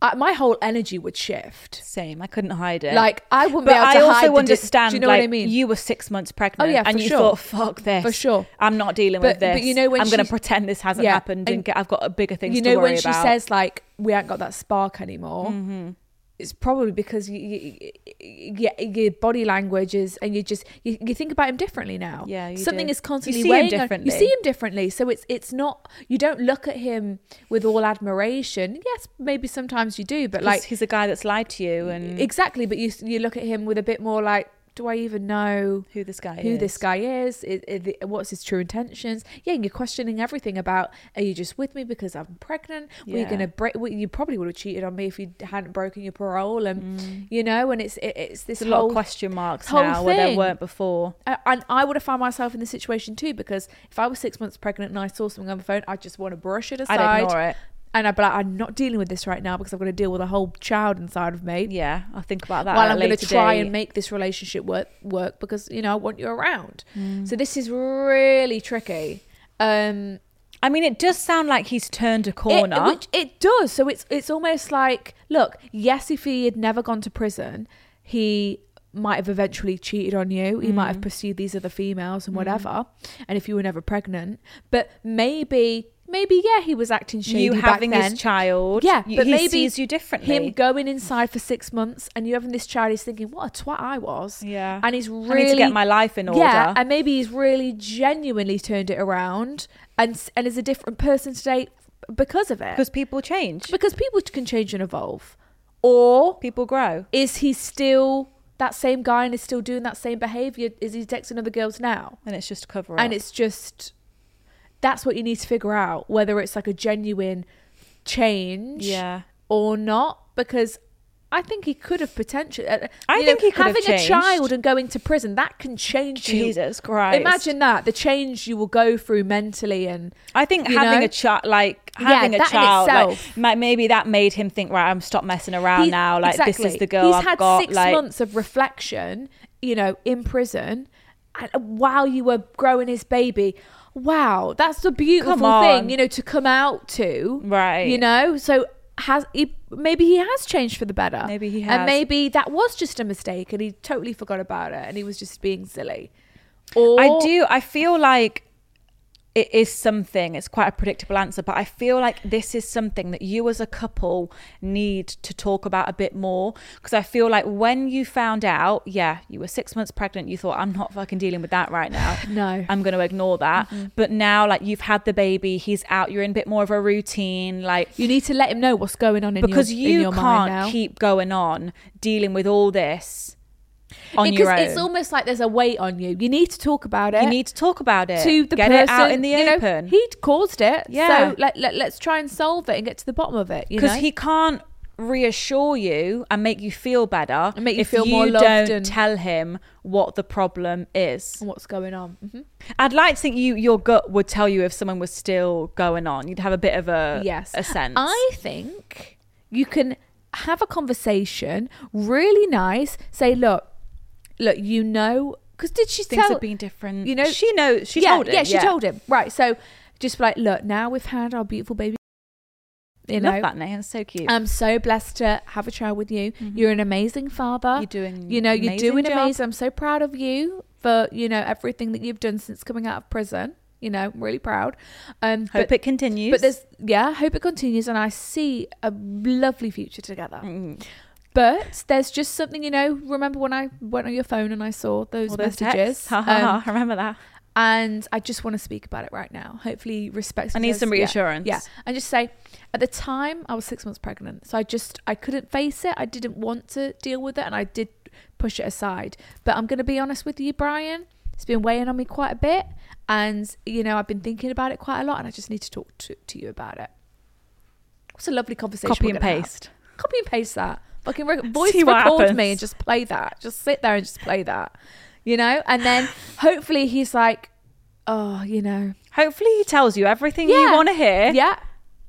C: I, my whole energy would shift.
D: Same. I couldn't hide it.
C: Like I wouldn't
D: But
C: be able
D: I
C: to hide. the
D: also
C: dis-
D: understand.
C: Do you know
D: like,
C: what I mean?
D: You were six months pregnant.
C: Oh, yeah,
D: and
C: for
D: you
C: sure.
D: thought, fuck this.
C: For sure.
D: I'm not dealing with
C: But-
D: this.
C: but you know when
D: I'm going to
C: she-
D: pretend this hasn't
C: Yeah,
D: happened and,
C: and
D: get, I've got bigger things.
C: you know
D: to worry
C: when she
D: about. Mm-hmm.
C: says like we ain't got that spark anymore it's probably because you, you, you, your body language is and you just you, you think about him differently now
D: Yeah, you
C: something
D: do.
C: is constantly
D: You see him
C: weighing on-
D: differently.
C: you see him differently so it's it's not you don't look at him with all admiration yes maybe sometimes you do but like
D: like
C: e,
D: he's a guy that's lied to you and
C: exactly but you you look at him with a bit more like do I even know
D: who this guy
C: who
D: is.
C: this guy is, i i- what's his true intentions. Yeah, you're questioning everything about are you just with me because I'm pregnant? Were you
D: Yeah.
C: going to break? Well, you probably would have cheated on me if you hadn't broken your parole, and you know, and it's it, it's this
D: There's Mm. a
C: whole
D: lot of question marks
C: whole
D: now where there
C: thing.
D: weren't before.
C: I- And I would have found myself in this situation too because if I was six months pregnant and I saw something on the phone, I would just want to brush it aside.
D: I'd ignore it.
C: And I'd be like, I'm not dealing with this right now because I've got to deal with a whole child inside of me.
D: Yeah, I'll think about that.
C: while
D: at a
C: I'm going to
D: later
C: try
D: date.
C: and make this relationship work work because you know I want you around.
D: Mm.
C: So this is really tricky. Um,
D: I mean, it does sound like he's turned a
C: it,
D: corner.
C: which it does. So it's it's almost like look, yes, if he had never gone to prison, he might have eventually cheated on you. He might
D: Mm.
C: have pursued these other females and whatever. And if you were never pregnant, but maybe. Maybe yeah, he was acting shady.
D: you
C: back
D: having
C: then.
D: his child,
C: Yeah,
D: you-
C: but
D: he
C: maybe
D: sees you differently.
C: Him going inside for six months and you having this child, he's thinking, "What a twat I was."
D: Yeah.
C: and he's
D: I need
C: really
D: to get my life in
C: Yeah,
D: order.
C: and maybe he's really genuinely turned it around and s- and is a different person today because of it.
D: because people change,
C: because people can change and evolve, or
D: people grow.
C: is he still that same guy and is still doing that same behavior? Is he texting other girls now?
D: And it's just a cover up.
C: and it's just that's what you need to figure out whether it's like a genuine change
D: Yeah.
C: or not because I think he could have potential. uh,
D: I
C: you
D: think he could have
C: having
D: changed.
C: a child and going to prison that can change you.
D: Jesus Christ.
C: Imagine that the change you will go through mentally and
D: I think
C: you
D: having
C: know?
D: a child, like
C: Yeah,
D: having a
C: that in
D: child, like,
C: itself.
D: ma- maybe that made him think, right, I'm stop messing around
C: He's-
D: now. Like this is
C: exactly.
D: the girl
C: He's
D: I've
C: had
D: got.
C: six
D: like
C: months of reflection, you know, in prison, and while you were growing his baby. Wow, that's a beautiful
D: on.
C: thing, you know, to come out to,
D: Right.
C: You know, so has he? Maybe he has changed for the better.
D: Maybe he has.
C: and maybe that was just a mistake, and he totally forgot about it, and he was just being silly. Or
D: I do. I feel like it is something. It's quite a predictable answer, but I feel like this is something that you as a couple need to talk about a bit more. Because I feel like when you found out, yeah, you were six months pregnant, you thought, I'm not fucking dealing with that right now.
C: No.
D: I'm going to ignore that. But now, like, you've had the baby, he's out, you're in a bit more of a routine. Like,
C: You need to let him know what's going on in
D: because
C: your, in
D: you
C: your mind
D: can't
C: now.
D: keep going on dealing with all this on
C: Yeah,
D: your own.
C: it's almost like there's a weight on you. You need to talk about it.
D: you need to talk about it.
C: to the
D: Get
C: person
D: it out in the
C: you know,
D: open.
C: he'd caused it.
D: Yeah.
C: So let, let, let's try and solve it and get to the bottom of it. you
D: because
C: know?
D: he can't reassure you and make you feel better
C: And make you
D: if
C: feel
D: you
C: more loved
D: don't
C: and-
D: tell him what the problem is
C: what's going on. hmm
D: i'd like to think you your gut would tell you if someone was still going on you'd have a bit of a
C: Yes.
D: Uh, a sense
C: I think you can have a conversation, really nice, say, look, look, you know, because did she
D: things
C: tell,
D: have been different
C: you know,
D: she knows she
C: yeah,
D: told him
C: Yeah, she told him. Right. So just be like, look, now we've had our beautiful baby. You know, Um,
D: love that name it's so cute
C: I'm so blessed to have a child with you.
D: Mm-hmm.
C: You're an amazing father.
D: You're doing
C: You know, you're
D: amazing
C: doing
D: job.
C: amazing. I'm so proud of you for you know everything that you've done since coming out of prison. You know, I'm really proud. Um,
D: hope
C: but,
D: it continues
C: but there's yeah, I hope it continues, and I see a lovely future together.
D: Mm.
C: But there's just something you know. Remember when I went on your phone and I saw those
D: all those
C: messages,
D: texts. Ha, ha,
C: Um,
D: ha. I remember that
C: and I just want to speak about it right now. Hopefully, respect.
D: I need
C: says-
D: some
C: yeah,
D: reassurance.
C: Yeah, and just say, at the time I was six months pregnant, so I just I couldn't face it. I didn't want to deal with it, and I did push it aside. But I'm going to be honest with you, Brian. It's been weighing on me quite a bit, and you know I've been thinking about it quite a lot, and I just need to talk to, to you about it. What's a lovely conversation.
D: Copy
C: we're
D: and
C: gonna have.
D: paste.
C: Copy and paste that. Fucking rec- voice
D: what
C: record me
D: happens.
C: and just play that. Just sit there and just play that. You know, and then hopefully he's like, oh, you know,
D: hopefully he tells you everything you want to hear
C: yeah,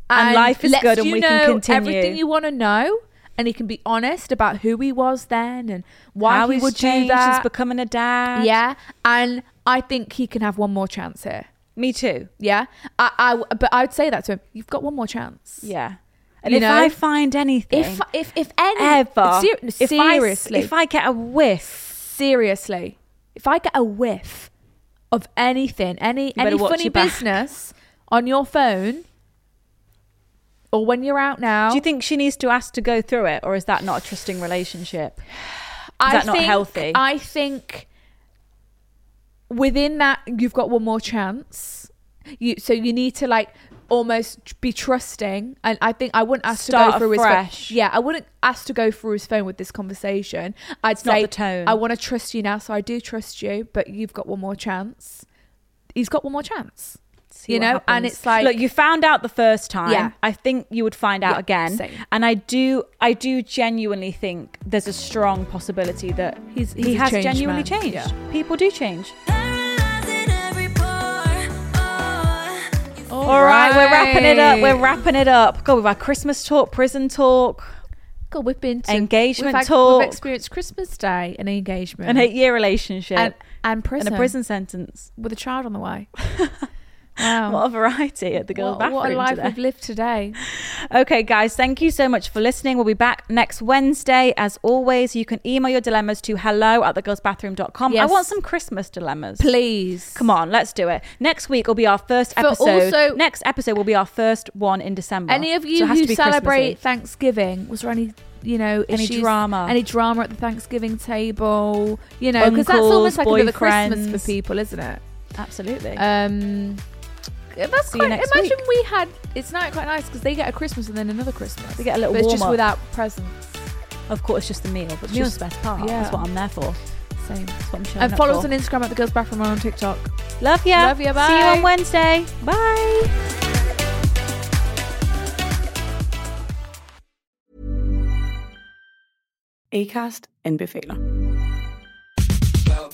D: And life is
C: lets
D: good and
C: you
D: we can
C: know
D: continue.
C: everything you want to know, and he can be honest about who he was then and why
D: how
C: he
D: he's
C: would do
D: changed
C: that.
D: he's becoming a dad
C: yeah, and I think he can have one more chance here.
D: me too
C: Yeah, I, I w- but I would say that to him. You've got one more chance.
D: Yeah. And
C: You
D: if
C: know?
D: I find anything,
C: If if if any
D: ever,
C: ser-
D: if I-
C: seriously,
D: if I get a whiff,
C: seriously, if I get a whiff of anything, any
D: better
C: any
D: watch
C: funny
D: your back.
C: business on your phone or when you're out now,
D: do you think she needs to ask to go through it, or is that not a trusting relationship?
C: I
D: that not
C: think-
D: healthy?
C: I think within that you've got one more chance. You so you need to like almost be trusting and I think I wouldn't ask to go
D: Start
C: through his
D: afresh.
C: phone. Yeah, I wouldn't ask to go through his phone with this conversation. I'd
D: not
C: say
D: the tone.
C: I want to trust you now, so I do trust you, but you've got one more chance. He's got one more chance.
D: See
C: you
D: what
C: know, and
D: happens.
C: it's like
D: look, you found out the first time.
C: Yeah.
D: I think you would find out
C: Yeah,
D: again,
C: same.
D: and I do, I do genuinely think there's a strong possibility that
C: He's-
D: he
C: he's a
D: has
C: changed
D: genuinely
C: man.
D: changed.
C: Yeah.
D: People do change.
B: oh.
C: all
D: All right, we're wrapping it up. We're wrapping it up. Go with our Christmas talk, prison talk,
C: God, we've been to,
D: Engagement
C: we've, had-
D: talk.
C: We've experienced Christmas Day and engagement
D: an eight-year relationship,
C: and, and prison
D: and a prison sentence.
C: with a child on the way. Wow.
D: What a variety at the girls'
C: Um, what,
D: bathroom
C: what a life
D: today.
C: we've lived today.
D: Okay, guys, thank you so much for listening. We'll be back next Wednesday. As always, you can email your dilemmas to hello at thegirlsbathroom.com.
C: Yes.
D: I want some Christmas dilemmas.
C: Please.
D: Come on, let's do it. Next week will be our first
C: For
D: episode.
C: also-
D: next episode will be our first one in December.
C: Any of
D: So
C: you
D: it has to
C: who
D: be
C: celebrate
D: Christmassy.
C: Thanksgiving, was there any, you know,
D: Any
C: issues-
D: drama?
C: Any drama at the Thanksgiving table? You know, because that's
D: Uncles,
C: almost like another Christmas
D: boyfriends.
C: for people, isn't it?
D: Absolutely.
C: Um, that's
D: See you
C: quite.
D: next
C: Imagine
D: week.
C: we had. It's not quite nice because they get a Christmas and then another Christmas.
D: They get a little
C: But it's just
D: warm-up.
C: without presents.
D: of course, just the meal, but the meal's
C: Just-
D: the best part.
C: yeah.
D: That's what I'm there for.
C: Same.
D: That's what I'm showing
C: And
D: up
C: follow us
D: for.
C: on Instagram at the Girls Bathroom and on TikTok.
D: Love ya.
C: Love ya,
D: See you
C: bye.
D: on Wednesday. Bye.
I: Acast anbefaler.